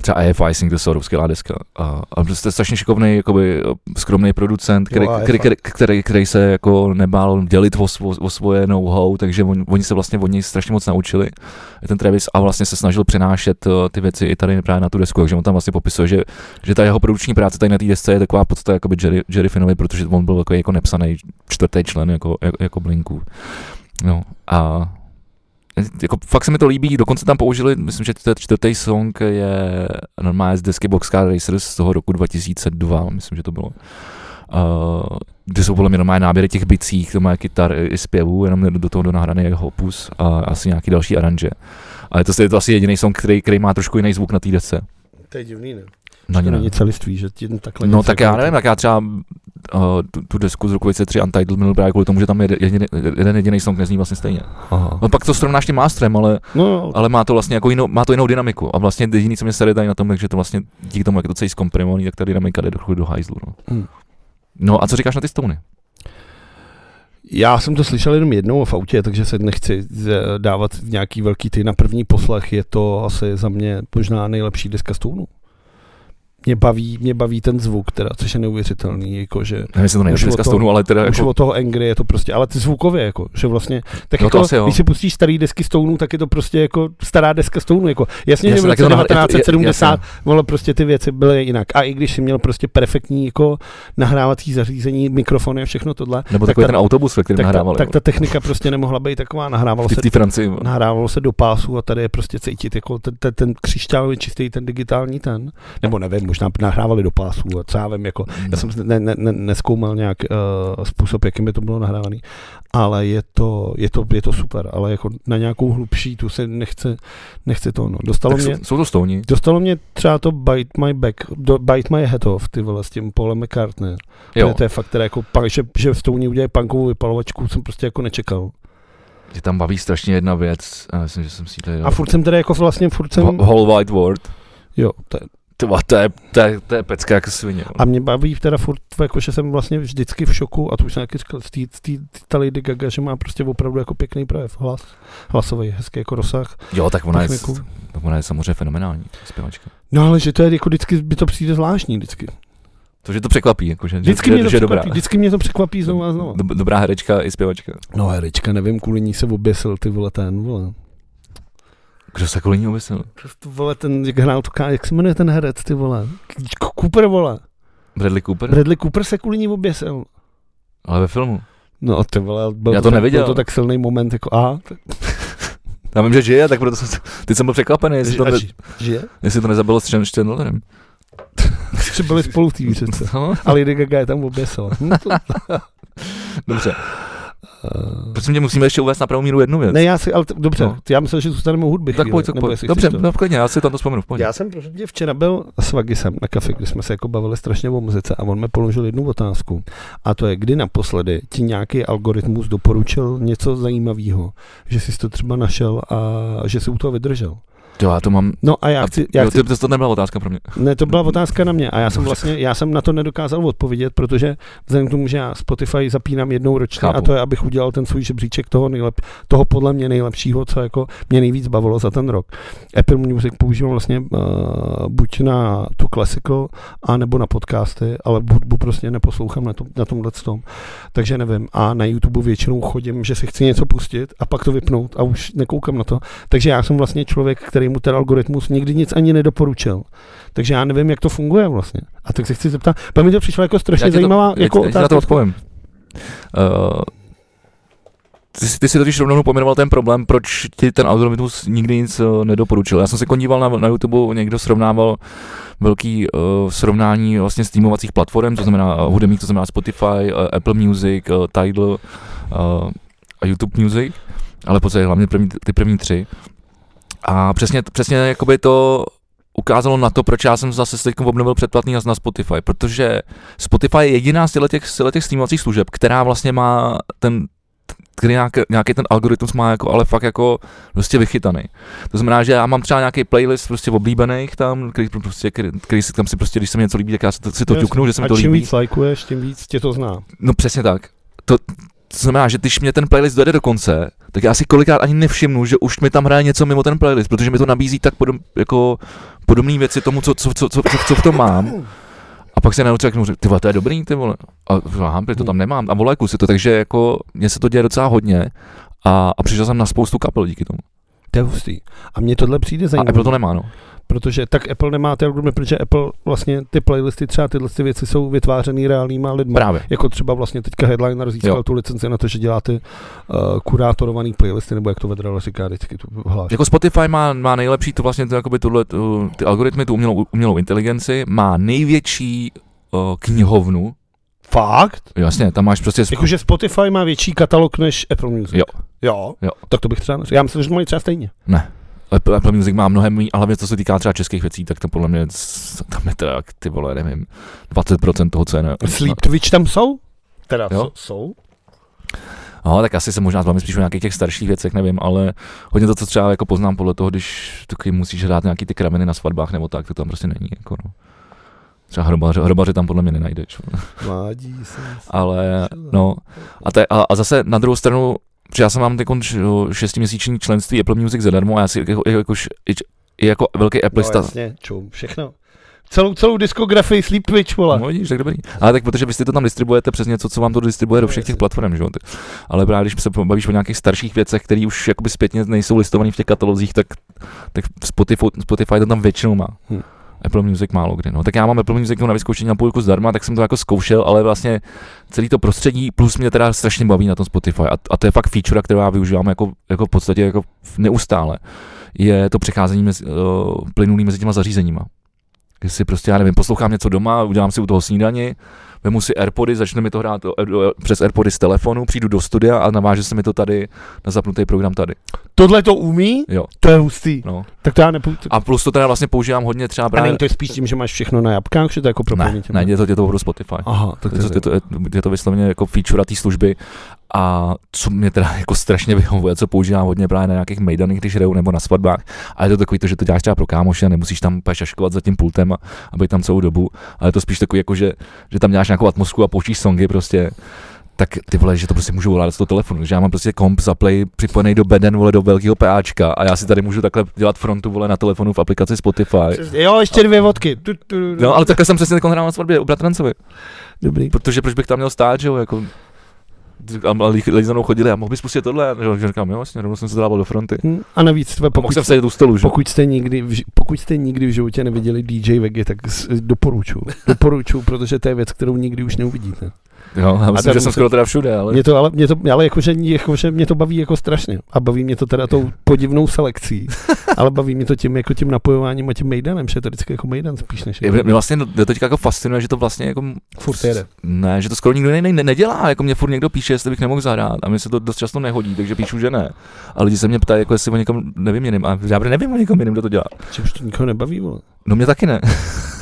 B: třeba AF Icing, to jsou ruská deska. A, a prostě strašně šikovný, jakoby skromný producent, který,
A: Jo, AF.
B: který, který, který, který, se jako nebál dělit o, svo, o svoje know-how, takže on, oni se vlastně od něj strašně moc naučili. Je Ten Travis a vlastně se snažil přenášet eh, ty věci i tady právě na tu desku, takže on tam vlastně popisuje, že, že ta jeho produkční práce tady na té desce je taková podstata jakoby Jerry, Jerry Finnovi, protože on byl jako, jako nepsaný čtvrtý člen jako, jako, jako Blinků. No a jako fakt se mi to líbí, dokonce tam použili, myslím, že ten čtvrtý song je normálně z desky Boxcar Racers z toho roku 2002, myslím, že to bylo. Uh, kde jsou podle mě normálně náběry těch bicích, to má kytar i i zpěvů, jenom do toho donahraný jeho opus a asi nějaký další aranže. Ale to je to asi jediný song, který, který má trošku jiný zvuk na té desce.
A: To je divný, ne?
B: Na
A: To
B: ní ne.
A: není celiství, že ti jen takhle
B: No
A: něco
B: tak
A: jako-
B: já nevím, tak já třeba uh, tu, tu, desku z roku 2003 Untitled minul právě kvůli tomu, že tam je jeden, jeden jediný song nezní vlastně stejně.
A: Aha.
B: No pak to srovnáš tím mástrem, ale
A: No,
B: ale má to vlastně jako jinou, má to jinou dynamiku. A vlastně jediný, co mě sere tady na tom, takže to vlastně díky tomu, jak je to celý zkomprimovaný, tak ta dynamika jde do, do hajzlu. No.
A: Hmm.
B: no. a co říkáš na ty stouny?
A: já jsem to slyšel jenom jednou v autě, takže se nechci z- dávat v nějaký velký ty na první poslech. Je to asi za mě možná nejlepší deska Stounu. Mě baví, mě baví ten zvuk, teda, což je neuvěřitelný, jako jakože
B: Nevím, jestli to nejlepší
A: Už o
B: dneska
A: tom-
B: stounu, ale teda
A: Už
B: jako,
A: od toho Angry je to prostě, ale ty zvukově, jako, že vlastně, tak
B: No to
A: jako,
B: asi jo.
A: když si pustíš starý desky Stounů, tak je to prostě jako stará deska Stounů, jako, jasně,
B: Jasně,
A: že v
B: tak
A: roce
B: je to na- je to- je-
A: 1970,
B: jasně.
A: vole, prostě ty věci byly jinak, a i když si měl prostě perfektní, jako, nahrávací zařízení, mikrofony a všechno tohle,
B: nebo
A: tak
B: takový
A: ta-
B: ten autobus, ve kterém
A: tak ta,
B: nahrávali.
A: tak ta technika prostě nemohla být taková, nahrávalo
B: ty
A: se
B: v té Francii.
A: nahrávalo se do pásu a tady je prostě cítit jako ten, ten, ten křišťálový čistý, ten digitální ten. Nebo nevím, možná nahrávali do pásu a co já vím,
B: No.
A: jako já jsem ne, ne, ne, neskoumal nějak uh, způsob, jakým by to bylo nahrávaný, ale je to, je to, je to super, ale jako na nějakou hlubší tu se nechce, nechce to, no. Dostalo
B: tak
A: mě,
B: jsou, jsou, to stouni.
A: dostalo mě třeba to Bite My Back, do, Bite My Head Off, ty vole, s tím Paulem McCartney.
B: Jo,
A: Jo. To je fakt teda jako, punk, že, že v Stouni udělají punkovou vypalovačku, jsem prostě jako nečekal.
B: že tam baví strašně jedna věc. A myslím, že jsem si tady...
A: A furt jsem teda jako vlastně, furt
B: Ho-
A: jsem,
B: Whole Wide World.
A: jo, to, je-
B: Tyva, to je, to je, to je pecka jak svině. no.
A: A mě baví teda furt, jako, že jsem vlastně vždycky v šoku, a to už jsem taky říkal, z té- z té- ta Lady Gaga, že má prostě opravdu jako pěkný projev, hlas, hlasový, hezký jako rozsah,
B: Jo, tak ona je,
A: techniku.
B: ona je samozřejmě fenomenální zpěvačka.
A: No ale že to je jako vždycky, by to přijde zvláštní vždycky.
B: To, že to překvapí, jako, že,
A: Vždycky
B: že,
A: mě to
B: že je
A: překvapí, vždycky mě to překvapí znovu a znovu.
B: Dob- Dobrá herečka i zpěvačka.
A: No herečka, nevím, kvůli ní se oběsil ty vole ten, vole.
B: Kdo se kvůli ní obesil?
A: Prostě vole ten, jak hrál to, ká- jak se jmenuje ten herec, ty vole. K- Cooper, vole.
B: Bradley Cooper?
A: Bradley Cooper se kvůli ní oběsil.
B: Ale ve filmu.
A: No ty vole, byl
B: Já to
A: tak-
B: neviděl.
A: Byl to tak silný moment, jako a, tak,
B: Já vím, že žije, tak proto jsem, [laughs] teď jsem byl překvapený, jestli to,
A: a
B: ne,
A: ži- žije? [laughs]
B: jestli to nezabilo s Chandlerem.
A: Že byli spolu v té výřece.
B: No,
A: A Lady Gaga je tam oběsila. Hm,
B: [laughs]
A: to-
B: dobře.
A: Eh,
B: Prosím tě, musíme ještě uvést na pravou míru jednu věc.
A: ne, já si, ale t- dobře,
B: No.
A: no. já myslel, že zůstaneme u hudby.
B: tak
A: chvíli,
B: pojď, tak
A: nebo
B: pojď.
A: jestli
B: Dobře,
A: chceš to-
B: no, klidně, já si tam to vzpomenu. Pojď.
A: Já jsem prostě včera byl s Vagisem na kafe, kde jsme se jako bavili strašně o muzice a on mi položil jednu otázku. A to je, kdy naposledy ti nějaký algoritmus doporučil něco zajímavého, že jsi to třeba našel a že jsi u toho vydržel.
B: Jo, já to mám.
A: No a já
B: a-
A: chci, já
B: Jo,
A: chci
B: ty, to, to nebyla otázka pro mě.
A: Ne, to byla otázka na mě a já jsem vlastně, já jsem na to nedokázal odpovědět, protože vzhledem k tomu, že já Spotify zapínám jednou ročně
B: Chápu.
A: a to je, abych udělal ten svůj žebříček toho, nejlep, toho podle mě nejlepšího, co jako mě nejvíc bavilo za ten rok. Apple Music používám vlastně uh, buď na tu classical, a nebo na podcasty, ale hudbu prostě neposlouchám na, tom, na tomhle tom. Takže nevím. A na YouTube většinou chodím, že si chci něco pustit a pak to vypnout a už nekoukám na to. Takže já jsem vlastně člověk, který mu ten algoritmus nikdy nic ani nedoporučil. Takže já nevím, jak to funguje vlastně. A tak se chci zeptat, pak mi to přišlo jako
B: Já
A: strašně
B: ti to-
A: zajímavá
B: já,
A: jako
B: ti- já ti na
A: otázka.
B: to odpovím. Uh, ty, si- ty si totiž rovnou pojmenoval ten problém, proč ti ten algoritmus nikdy nic eh, nedoporučil. Já jsem se jako díval na, na YouTube, někdo srovnával velký uh, srovnání vlastně streamovacích platform, to znamená uh, hudebních, to znamená Spotify, uh, Apple Music, uh, Tidal uh, a YouTube Music, ale v podstatě hlavně první, ty první tři. A přesně, přesně jakoby to ukázalo na to, proč já jsem zase si teď obnovil předplatný na- na Spotify, protože Spotify je jediná z těchto- z těch streamovacích služeb, která vlastně má ten který nějaký, nějaký ten algoritmus má jako, ale fakt jako prostě vychytaný. To znamená, že já mám třeba nějaký playlist prostě oblíbených tam, který, prostě, který, který si tam si prostě, když se mi něco líbí, tak já si to, si to
A: Jasně.
B: ťuknu, že se mi
A: A
B: to
A: čím
B: líbí.
A: víc lajkuješ, tím víc tě to zná.
B: No přesně tak. To, to znamená, že když mě ten playlist dojede do konce, tak já si kolikrát ani nevšimnu, že už mi tam hraje něco mimo ten playlist, protože mi to nabízí tak podob, jako podobné věci tomu, co, co, co, co, co, co v tom mám. A pak se najednou člověk řekne, ty vole, to je dobrý, ty vole. A váhám, to tam nemám. A volej si to, takže jako mně se to děje docela hodně. A, a přišel jsem na spoustu kapel díky tomu.
A: To je hustý. A mně tohle přijde
B: A
A: zajímavé.
B: Apple to nemá, no.
A: protože tak Apple nemá ty algoritmy, protože Apple vlastně ty playlisty, třeba tyhle ty věci jsou vytvářený reálnýma lidma.
B: Právě.
A: Jako třeba vlastně teďka Headliner získal
B: Jo.
A: tu licenci na to, že děláte uh, kurátorovaný playlisty, nebo jak to Vedrala říká vždycky tu hláš.
B: Jako Spotify má, má nejlepší to vlastně to, jakoby tuhle, tu, ty algoritmy, tu umělou, umělou inteligenci, má největší uh, knihovnu.
A: Fakt?
B: Jasně, tam máš prostě... Sp-
A: Jakože Spotify má větší katalog než Apple Music.
B: Jo.
A: Jo?
B: Jo.
A: Tak to bych třeba neřekl. Já myslím, že to mají třeba stejně.
B: ne. Apple, Apple Music má mnohem méně, ale hlavně co se týká třeba českých věcí, tak to podle mě s- tam je teda, jak ty vole, nevím, 20% toho, co je na,
A: Sleep Twitch tam jsou? Teda
B: Jo.
A: jsou?
B: No, tak asi se možná zbavím spíš o nějakých těch starších věcech, nevím, ale hodně to, co třeba jako poznám podle toho, když taky musíš hrát nějaký ty krameny na svatbách nebo tak, to tam prostě není. Jako no. Třeba hrobaře, hrobaře tam podle mě nenajdeš.
A: Mládí jsem.
B: Ale no, a, te, a, a zase na druhou stranu, že já jsem mám teď šestiměsíční členství Apple Music zadarmo a já si jako, jako, jako, jako velký Appleista,
A: No, jasně, čum, všechno. Celou, celou diskografii Sleep Twitch, vole.
B: No vidíš, tak dobrý. Ale tak protože vy si to tam distribuujete přes něco, co vám to distribuje do
A: No,
B: všech těch
A: jasně.
B: platform, že jo? Tak- Ale právě když se bavíš o nějakých starších věcech, které už jakoby zpětně nejsou listované v těch katalozích, tak, tak Spotify, Spotify to tam většinou má.
A: Hm.
B: Apple Music málo kdy. No. Tak já mám Apple Music na vyzkoušení na půlku zdarma, tak jsem to jako zkoušel, ale vlastně celý to prostředí plus mě teda strašně baví na tom Spotify. A, a to je fakt feature, kterou já využívám jako, jako v podstatě jako neustále. Je to přecházení mezi, uh, plynulý mezi těma zařízeníma. Když si prostě, já nevím, poslouchám něco doma, udělám si u toho snídani, vemu si Airpody, začne mi to hrát o- o- přes Airpody z telefonu, přijdu do studia a naváže se mi to tady na zapnutý program tady.
A: Tohle to umí?
B: Jo.
A: To je hustý.
B: No.
A: Tak to já nepůjdu.
B: A plus to teda vlastně používám hodně třeba
A: A
B: právě...
A: není to spíš tím, že máš všechno na jabkách, že to jako propojený
B: ne,
A: tím?
B: ne, je to, je to opravdu Spotify.
A: Aha, tak
B: Je to, je, to, je, to, je to vysloveně jako feature té služby a co mě teda [laughs] jako strašně vyhovuje, co používám hodně právě na nějakých mejdanech, když hraju nebo na svatbách a je to takový to, že to děláš třeba pro kámoše a nemusíš tam úplně šaškovat za tím pultem a, a být tam celou dobu, ale je to spíš takový jako, že, že tam děláš nějakou atmosféru a poučíš songy prostě tak ty vole, že to prostě můžu volat z toho telefonu, že já mám prostě komp zaplay připojený do beden, vole, do velkého PAčka a já si tady můžu takhle dělat frontu, vole, na telefonu v aplikaci Spotify.
A: Jo, ještě dvě vodky. Tu, tu, tu, tu.
B: No, ale takhle jsem přesně teď hrál na svatbě u bratrancovi.
A: Dobrý.
B: Protože proč bych tam měl stát, že jo, jako a m- a lidi lidi za mnou chodili a mohl bys pustit tohle, že jo, že říkám, jo, vlastně, rovnou jsem se dával do fronty.
A: Hm, A navíc, tve,
B: A mohl
A: pokud,
B: jsem sedět u stolu, že jo.
A: pokud, jste nikdy, v ži- pokud jste nikdy v životě neviděli DJ Vegy, tak s-
B: [laughs]
A: doporučuju. Doporučuju, protože to je věc, kterou nikdy už neuvidíte.
B: Jo, já myslím,
A: tam
B: že jsem
A: musel-
B: skoro teda všude, ale
A: Mě to, ale, mě to, ale jakože, jakože mě to baví jako strašně. A baví mě to teda tou podivnou selekcí.
B: [laughs]
A: ale baví mě to tím, jako tím napojováním a tím mejdanem, že je to vždycky jako mejdan spíš než...
B: Je- mě vlastně do teďka jako fascinuje, že to vlastně jako...
A: Furt jede.
B: Ne, že to skoro nikdo ne, ne, nedělá, jako mě furt někdo píše, jestli bych nemohl zahrát a mi se to dost často nehodí, takže píšu, že ne. A lidi se mě ptají, jako jestli o někom nevím jiným a já nevím o někom jiným, kdo to dělá.
A: Že už to nikoho nebaví, vole.
B: No mě taky ne.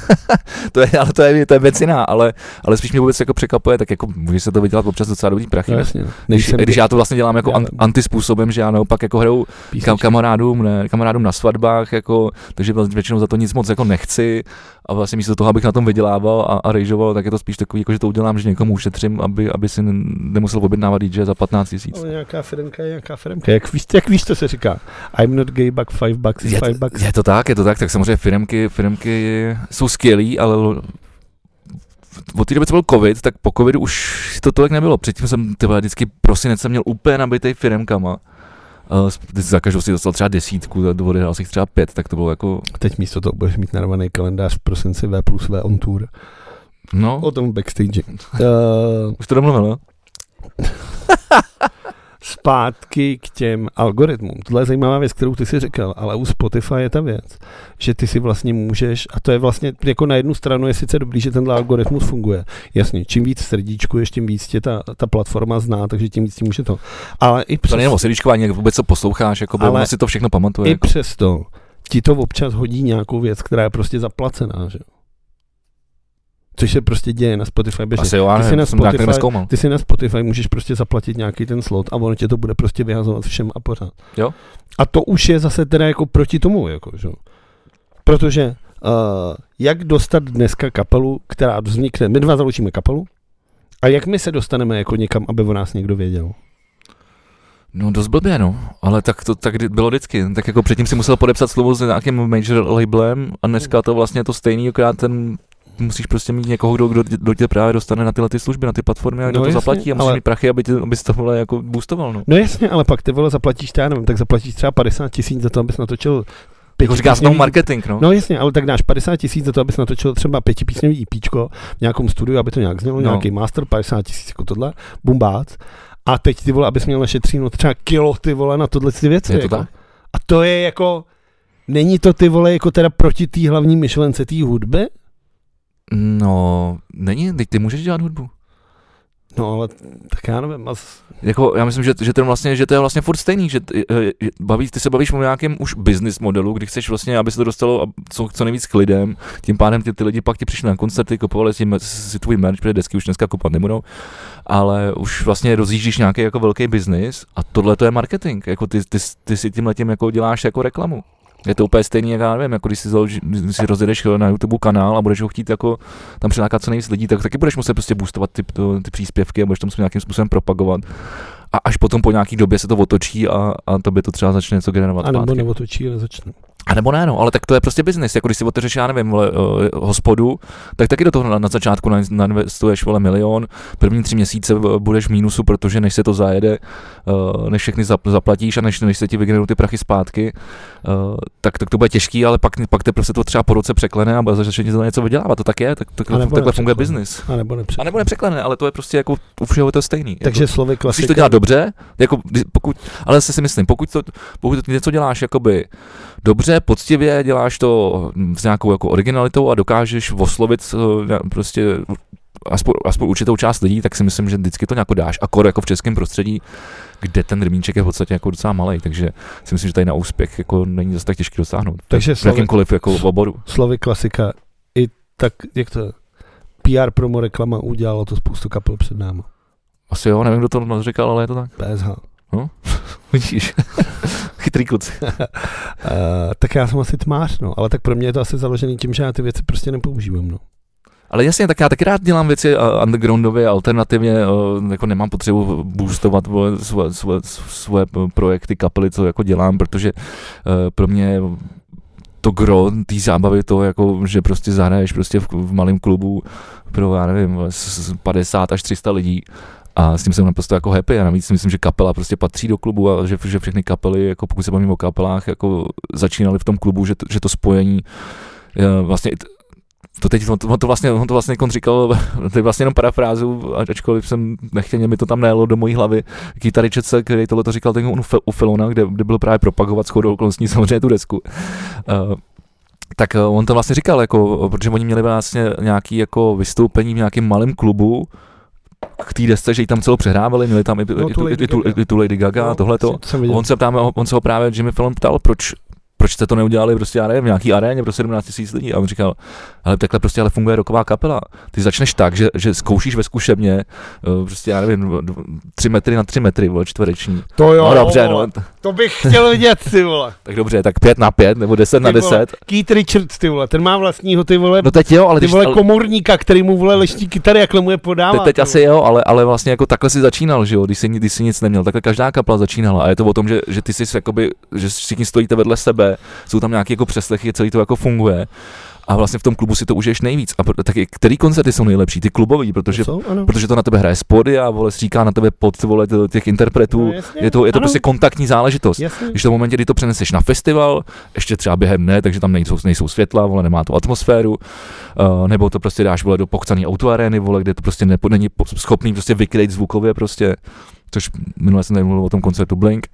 B: [laughs] to je, ale to je, to je věc jiná, ale, ale spíš mě vůbec jako překvapuje, tak jako může se to vydělat občas docela dobrý prachy.
A: No jasně. no.
B: Když,
A: jsem
B: když já to vlastně dělám jako
A: Já
B: an,
A: vím.
B: antispůsobem, že já naopak jako hraju kam,
A: písnička.
B: kamarádům, ne, kamarádům na svatbách, jako, takže vlastně většinou za to nic moc jako nechci a vlastně místo toho, abych na tom vydělával a, a rejžoval, tak je to spíš takový, jako, že to udělám, že někomu ušetřím, aby, aby si n- nemusel objednávat DJ za 15 tisíc.
A: Ale nějaká firmka je nějaká firmka. Jak víš, jak víš, to se říká. I'm not gay, buck five bucks is
B: Je
A: five bucks.
B: Je to tak, je to tak, tak samozřejmě firmky, firmky jsou skvělý, ale l- od té doby, co byl covid, tak po covidu už to tolik nebylo. Předtím jsem ty vole, vždycky prosinec jsem měl úplně nabitej firmkama. Eh, s- Za každou si dostal třeba desítku, za dvody hrál si jich třeba pět, tak to bylo jako,
A: Teď místo toho budeš mít narvaný kalendář v prosinci V plus V on tour.
B: no,
A: O tom backstage. uh,
B: už to domluvil, no?
A: zpátky k těm algoritmům. Tohle je zajímavá věc, kterou ty si říkal, ale u Spotify je ta věc, že ty si vlastně můžeš, a to je vlastně jako na jednu stranu je sice dobrý, že tenhle algoritmus funguje. Jasně, čím víc srdíčkuješ, tím víc tě ta, ta platforma zná, takže tím víc ti může to. Ale i přes,
B: To není o srdíčkování, jak vůbec co posloucháš, jako
A: Ale-
B: ono si to všechno pamatuje.
A: i
B: Jako.
A: přesto ti to občas hodí nějakou věc, která je prostě zaplacená, že? jo? Což se prostě děje na Spotify běžně.
B: Asi jo, já
A: ty si
B: nevím,
A: na
B: to jsem tak
A: Spotify-
B: neskoumal.
A: Ty si na Spotify můžeš prostě zaplatit nějaký ten slot a ono tě to bude prostě vyhazovat všem a pořád.
B: Jo.
A: A to už je zase teda jako proti tomu, jako, že? jo. Protože eh, uh, jak dostat dneska kapelu, která vznikne, my dva založíme kapelu A jak my se dostaneme jako někam, aby o nás někdo věděl?
B: No dost blbě, no. Ale tak to tak kdy- bylo vždycky. Tak jako předtím si musel podepsat slovo s nějakým major labelem a dneska to vlastně je to stejný, akorát ten musíš prostě mít někoho, kdo, kdo, tě- kdo tě právě dostane na tyhle ty služby, na ty platformy a kdo
A: No
B: no, to
A: jasně,
B: zaplatí a musíš
A: ale-
B: ale... mít prachy, aby, tě, aby to tohle jako boostoval, no.
A: No jasně, ale pak ty vole zaplatíš, já nevím, tak zaplatíš třeba 50 tisíc za to, abys natočil
B: Jako říká se tomu
A: pětipísňový-
B: marketing, no.
A: No jasně, ale tak dáš 50 tisíc za to, abys natočil třeba pětipísňový IPčko v nějakém studiu, aby to nějak znělo,
B: No.
A: nějaký master, 50 tisíc jako tohle, bumbác. A teď ty vole, abys měl našetříno třeba kilo ty vole na tohle ty věci.
B: je to
A: jako.
B: tak?
A: A to je jako, není to ty vole jako teda proti té hlavní myšlence té hudby?
B: No, není, teď ty můžeš dělat hudbu.
A: No ale tak já nevím, as,
B: Jako, já myslím, že, že, ten vlastně, že to je vlastně furt stejný, že t- eh, eh, baví, ty se bavíš o nějakém už business modelu, kdy chceš vlastně, aby se to dostalo a- co, co nejvíc k lidem, tím pádem ty, ty lidi pak ti přišli na koncerty, kupovali si, me- si tvůj merch, protože desky už dneska kupovat nebudou, ale už vlastně rozjíždíš nějaký jako velký business a tohle to je marketing, jako ty, ty, ty si tím letím jako děláš jako reklamu. Je to úplně stejný, jak já nevím, jako když si, založí, když si rozjedeš na YouTube kanál a budeš ho chtít jako tam přilákat co nejvíc lidí, tak taky budeš muset prostě boostovat ty, to, ty příspěvky a budeš to muset nějakým způsobem propagovat. A až potom po nějaký době se to otočí a, a tobě to třeba začne něco generovat.
A: a nebo
B: zpátky.
A: neotočí, nezačnu.
B: A nebo ne, no, ale tak to je prostě biznis. Jako když si otevřeš, já nevím, vole, eh, hospodu, tak taky do toho na, na začátku nain- nainvestuješ vole milion, první tři měsíce eh, budeš v mínusu, protože než se to zajede, eh, než všechny zap- zaplatíš a než, než se ti vygenerují ty prachy zpátky, eh, tak, tak to bude těžký, ale pak, pak teprve se to třeba po roce překlene a bude začne ti to něco vydělávat. To tak je, tak, tak
A: A nebo
B: takhle funguje
A: nepřeklene.
B: biznis.
A: A nebo nepřed.
B: A nebo nepřeklene, ale to je prostě jako u všeho je to stejný. jako,
A: Takže slovy
B: Musíš
A: klasika.
B: to dělat dobře, jako, kdy- pokud, ale si si myslím, pokud, to, pokud to něco děláš jakoby dobře, poctivě, děláš to mm, s nějakou jako originalitou a dokážeš oslovit eh, na- prostě aspoň, aspoň určitou část lidí, tak si myslím, že vždycky to nějak dáš, akor jako v českém prostředí, kde ten rybníček je v podstatě jako docela malý, takže si myslím, že tady na úspěch jako není zase tak těžký dosáhnout.
A: Takže
B: v
A: slovy,
B: jakýmkoliv jako oboru.
A: slovy klasika. I tak, jak to je? PR promo reklama udělalo to spoustu kapel před náma.
B: Asi jo, nevím, kdo to říkal, ale je to tak.
A: PSH.
B: Vidíš, [laughs] chytrý kluci.
A: Uh, tak já jsem asi tmář, no, ale tak pro mě je to asi založený tím, že já ty věci prostě nepoužívám, no.
B: Ale jasně, tak já taky rád dělám věci eh, undergroundově, alternativně, eh, jako nemám potřebu boostovat vole, svoje, svoje, svoje eh, projekty, kapely, co jako dělám, protože eh, pro mě to gro té zábavy to, jako, že prostě zahraješ prostě v, v malém klubu pro, já nevím, s- s 50 až 300 lidí a s tím jsem naprosto jako happy a navíc si myslím, že kapela prostě patří do klubu a že, že všechny kapely, jako pokud se bavím o kapelách, jako začínaly v tom klubu, že to, že to spojení eh, vlastně i t- to teď, on to, on to vlastně, on to vlastně Kon říkal, [laughs] to je vlastně jenom parafrázu, ač- ačkoliv jsem nechtěně mi to tam nejelo do mojí hlavy. Kytaričece, který tohle to říkal ten u, Fe- u Filona, kde, kde byl právě propagovat shodou okolností [laughs] samozřejmě tu desku. Uh, tak eh, on to vlastně říkal, jako, protože oni měli vlastně nějaký jako vystoupení v nějakém malém klubu, k té desce, že ji tam celou přehrávali, měli tam i,
A: No,
B: i,
A: tu
B: tu, i,
A: Lady
B: tu,
A: Gaga.
B: i tu Lady Gaga a
A: no,
B: tohleto.
A: to jsem
B: A
A: viděl.
B: On se, ptáme, on se ho právě Jimmy Fallon ptal, proč, proč jste to neudělali prostě, já nevím, v nějaký aréně pro 17 tisíc lidí. A on říkal, ale takhle prostě ale funguje roková kapela. Ty začneš tak, že, že zkoušíš ve zkušebně, eh, prostě já nevím, dv- dv- tři metry na tři metry, vole, čtvereční.
A: To jo,
B: no dobře, no, t-
A: to bych chtěl vidět, ty vole.
B: tak dobře, tak pět na pět, nebo deset na
A: Ty vole.
B: deset.
A: Keith Richards, ty vole, ten má vlastního, ty vole,
B: No teď jo, ale
A: ty
B: když,
A: vole
B: ale-
A: komorníka, který mu vole leští kytary, jakhle mu je podává.
B: Te, teď
A: ty
B: asi jo, ale, ale vlastně jako takhle si začínal, že jo, když si, když si nic neměl, takhle každá kapla začínala a je to o tom, že, že ty jsi jakoby, že všichni stojíte vedle sebe, jsou tam nějaké jako přeslechy, celý to jako funguje a vlastně v tom klubu si to užiješ nejvíc a pro, taky který koncerty jsou nejlepší, ty klubový, protože,
A: Jsou? Ano.
B: protože to na tebe hraje spody a vole říká na tebe pod vole t- těch interpretů,
A: No, jasně,
B: je to, je to
A: ano,
B: prostě kontaktní záležitost.
A: Jasně.
B: Když to v momentě, kdy to přeneseš na festival, ještě třeba během dne, takže tam nejsou, nejsou světla, vole, nemá tu atmosféru, uh, nebo to prostě dáš vole do pochcaný autoarény, vole, kde to prostě nepo, není po- schopný prostě vykrýt zvukově prostě, což minule jsem tady mluvil o tom koncertu Blink,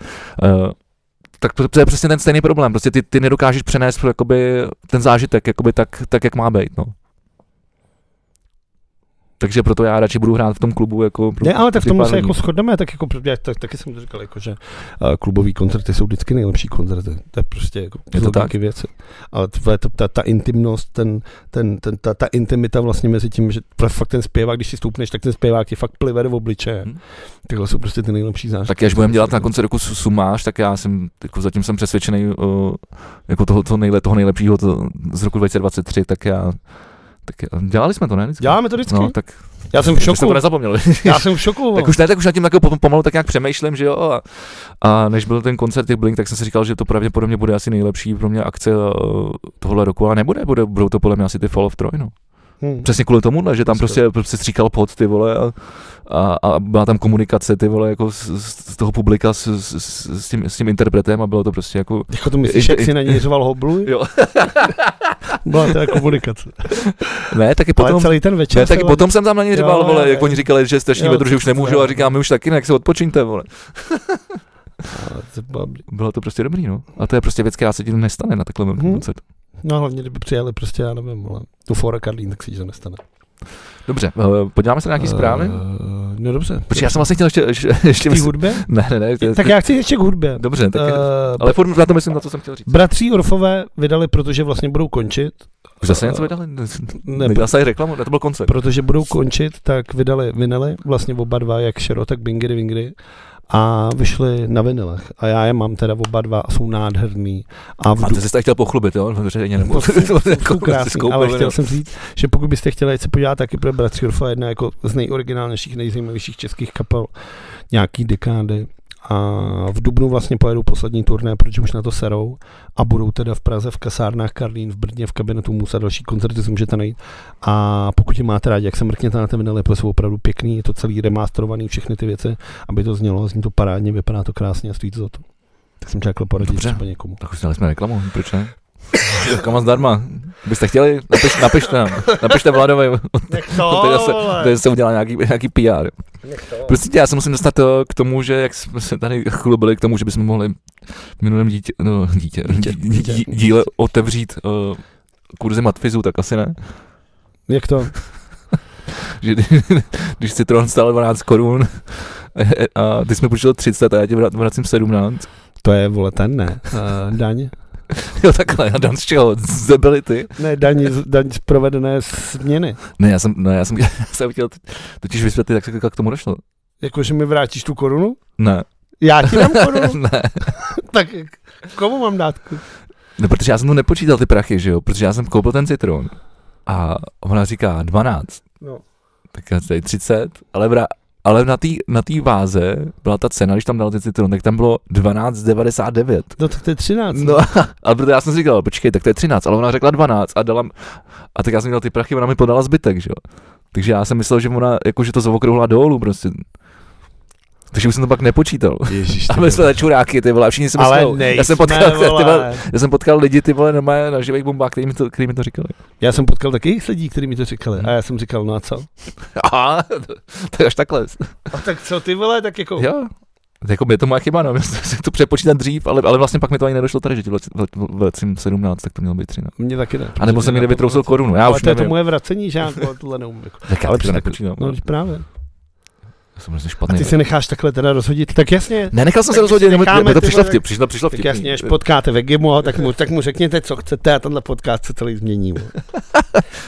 B: uh, tak to, to, je přesně ten stejný problém, prostě ty, ty nedokážeš přenést jakoby, ten zážitek jakoby tak, tak, jak má být, no. Takže proto já radši budu hrát v tom klubu jako... pro-
A: Ne, ale tak v
B: pro těch
A: tom
B: pár
A: se
B: lidí.
A: jako shodneme, tak jako, já tak, taky jsem to říkal, jako, že eh, klubový koncerty jsou vždycky nejlepší koncerty. To je prostě jako
B: Je to
A: z logiky
B: tak?
A: věci. Ale tvoje, ta, ta, ta, intimnost, ten, ten, ten, ta, ta, intimita vlastně mezi tím, že pr- fakt ten zpěvák, když si stoupneš, tak ten zpěvák ti fakt plive do obličeje.
B: Hm.
A: Tyhle jsou prostě ty nejlepší zážitky.
B: Tak až budeme dělat na konci roku su- sumář, tak já jsem, jako zatím jsem přesvědčený uh, jako toho, toho, nejle, toho nejlepšího to, z roku 2023, tak já Tak je- dělali jsme to, ne? Vždycky.
A: Děláme to vždycky?
B: No, tak
A: já jsem v
B: že jsem
A: šoku.
B: to Jako nezapomněl.
A: Já jsem v šoku.
B: [laughs] tak už ne, tak už nad tím takovou pomalu tak nějak přemýšlím, že jo. A, a, než byl ten koncert těch Blink, tak jsem si říkal, že to pravděpodobně bude asi nejlepší pro mě akce uh, tohle roku, ale nebude, bude, budou to podle mě asi ty Fall of Troy, no.
A: Hm.
B: Přesně kvůli tomuhle, že tam
A: Super.
B: prostě, prostě stříkal pod ty vole a, a, a byla tam komunikace ty vole jako z, z z toho publika s, s, s- s, tím, s tím interpretem a bylo to prostě jako
A: Jako to myslíš, jak si na něj řval hoblu?
B: Jo.
A: Byla teda komunikace.
B: ne, taky
A: Potom, Ale
B: potom,
A: celý ten večer.
B: ne, taky
A: se-
B: potom jsem tam na něj
A: Jo,
B: řval,
A: jo,
B: vole, jak
A: jo.
B: oni říkali, že je strašný
A: Jo,
B: vedro, že už
A: to-
B: nemůžu
A: jo.
B: a říkám, my už taky ne, jak se odpočíňte, vole.
A: Ale to byla-
B: Bylo to prostě dobrý, no. A to je prostě věc, která se ti nestane na takhle velkém
A: Mhm.
B: koncertu.
A: No hlavně, kdyby přijeli prostě, já nevím, ale tu Fora Karlín, tak si to nestane.
B: Dobře, eh, podíváme se na nějaký zprávy?
A: Uh, no dobře.
B: Počkej, já jsem vlastně chtěl ještě... ještě, ještě
A: K té hudbě?
B: ne, ne, ne. to-
A: Tak já chci ještě k hudbě.
B: Dobře, tak...
A: Eh,
B: ale furt na to myslím, na co jsem chtěl říct.
A: Bratří Orfové vydali, protože vlastně budou končit.
B: Už zase
A: Eh,
B: něco vydali?
A: Ne,
B: Nedělal se reklamu, ne, to byl koncert.
A: protože budou končit, tak vydali vinily, vlastně oba dva, jak Shero, tak Bingery Wingery a vyšli na vinilech. A já je mám teda oba dva a jsou nádherný. A v
B: A ty jsi tady chtěl pochlubit, jo? Veřejně, nebo
A: To
B: [laughs]
A: jsou-
B: jako
A: jsou krásný,
B: skoupil,
A: ale
B: jo.
A: chtěl jsem říct, že pokud byste chtěli, ať se podívat taky pro Bratří Orfova, jedna jako z nejoriginálnějších, nejzajímavějších českých kapel nějaký dekády. A v Dubnu vlastně pojedou poslední turné, protože už na to serou a budou teda v Praze, v kasárnách Karlín, v Brně, v kabinetu Musa, další koncerty si můžete najít. A pokud je máte rádi, jak se mrkněte na ty vinily, protože jsou opravdu pěkný, je to celý remasterovaný, všechny ty věci, aby to znělo, zní to parádně, vypadá to krásně a stojí to za to. Tak jsem čekal poradit
B: Dobře.
A: třeba někomu.
B: Tak už dali jsme reklamu, proč ne? [coughs] Reklama zdarma. Byste chtěli? Napiš, napište nám. Napište Vladovi.
A: Tak
B: Teď se, teď se udělá nějaký, nějaký PR. jo. Prostě tě, já se musím dostat eh, k tomu, že jak jsme se tady chlubili k tomu, že bychom mohli v minulém dítě, no,
A: Dítě,
B: dítě, dítě,
A: dítě.
B: dítě, dítě. díle otevřít uh, kurzy matfizu, tak asi ne.
A: Jak to?
B: Že, když si tron stál 12 korun [laughs] eh, a ty jsme počítali 30 a já ti vra- vracím 17.
A: To je, vole, ten ne. Uh, daň?
B: [laughs] Jo takhle, já dám z čeho? Z debility.
A: Ne, daň, z- daň z provedené změny.
B: Ne, já jsem, ne, já jsem, [laughs] já jsem chtěl t- totiž vysvětlit, jak se k tomu došlo.
A: Jakože mi vrátíš tu korunu?
B: Ne,
A: Já ti dám korunu?
B: [laughs] ne,
A: [laughs] tak komu mám dát?
B: ne, protože já jsem to nepočítal ty prachy, že jo, protože já jsem koupil ten citron a ona říká 12,
A: No.
B: tak já tady 30, ale, vra, ale na té na tý váze byla ta cena, když tam dal ten citron, tak tam bylo 12,99.
A: No tak to je 13.
B: No, [laughs] ale proto já jsem si říkal, počkej, tak to je 13, ale ona řekla 12 a dala, m- a tak já jsem měl ty prachy, ona mi podala zbytek, že jo. Takže já jsem myslel, že ona, jako, že to zaokrouhla dolů prostě. Takže už jsem to pak nepočítal.
A: Ježíš,
B: A my jsme začuráky, ty vole, a všichni si
A: ale
B: myslel.
A: nejsme,
B: já jsem potkal, ty vole,
A: vole.
B: já jsem potkal lidi, ty vole, normálně na živých bombách, který mi to, který mi to říkali.
A: Já jsem potkal taky jejich lidí, kteří mi to říkali. A já jsem říkal, no a co?
B: Aha, to, to je až takhle.
A: A tak co ty vole, tak jako...
B: Jo. Jako je to moje chyba, no, měl jsem si to přepočítat dřív, ale, ale vlastně pak mi to ani nedošlo tady, že ti vracím 17, tak to mělo být 13.
A: Mně taky ne.
B: A nebo jsem někde vytrousil korunu, já
A: Ale
B: už
A: to je to
B: nevím.
A: moje vracení, že já vole, tohle neumím. jako.
B: Tak
A: Ale
B: já ale to
A: přece-
B: nepočítám.
A: No, když právě.
B: Já jsem hrozně
A: A
B: špatný.
A: ty se necháš takhle teda rozhodit. Tak jasně,
B: Ne, nechal
A: tak
B: jsem se
A: my si
B: rozhodit, nebo
A: necháme
B: nebo to
A: ty
B: přišlo
A: vole,
B: vtip, přišlo, přišlo
A: Tak
B: vtip.
A: jasně, až potkáte Vegimu, tak mu, tak mu řekněte, co chcete a tenhle podcast se celý změní. [laughs] vole.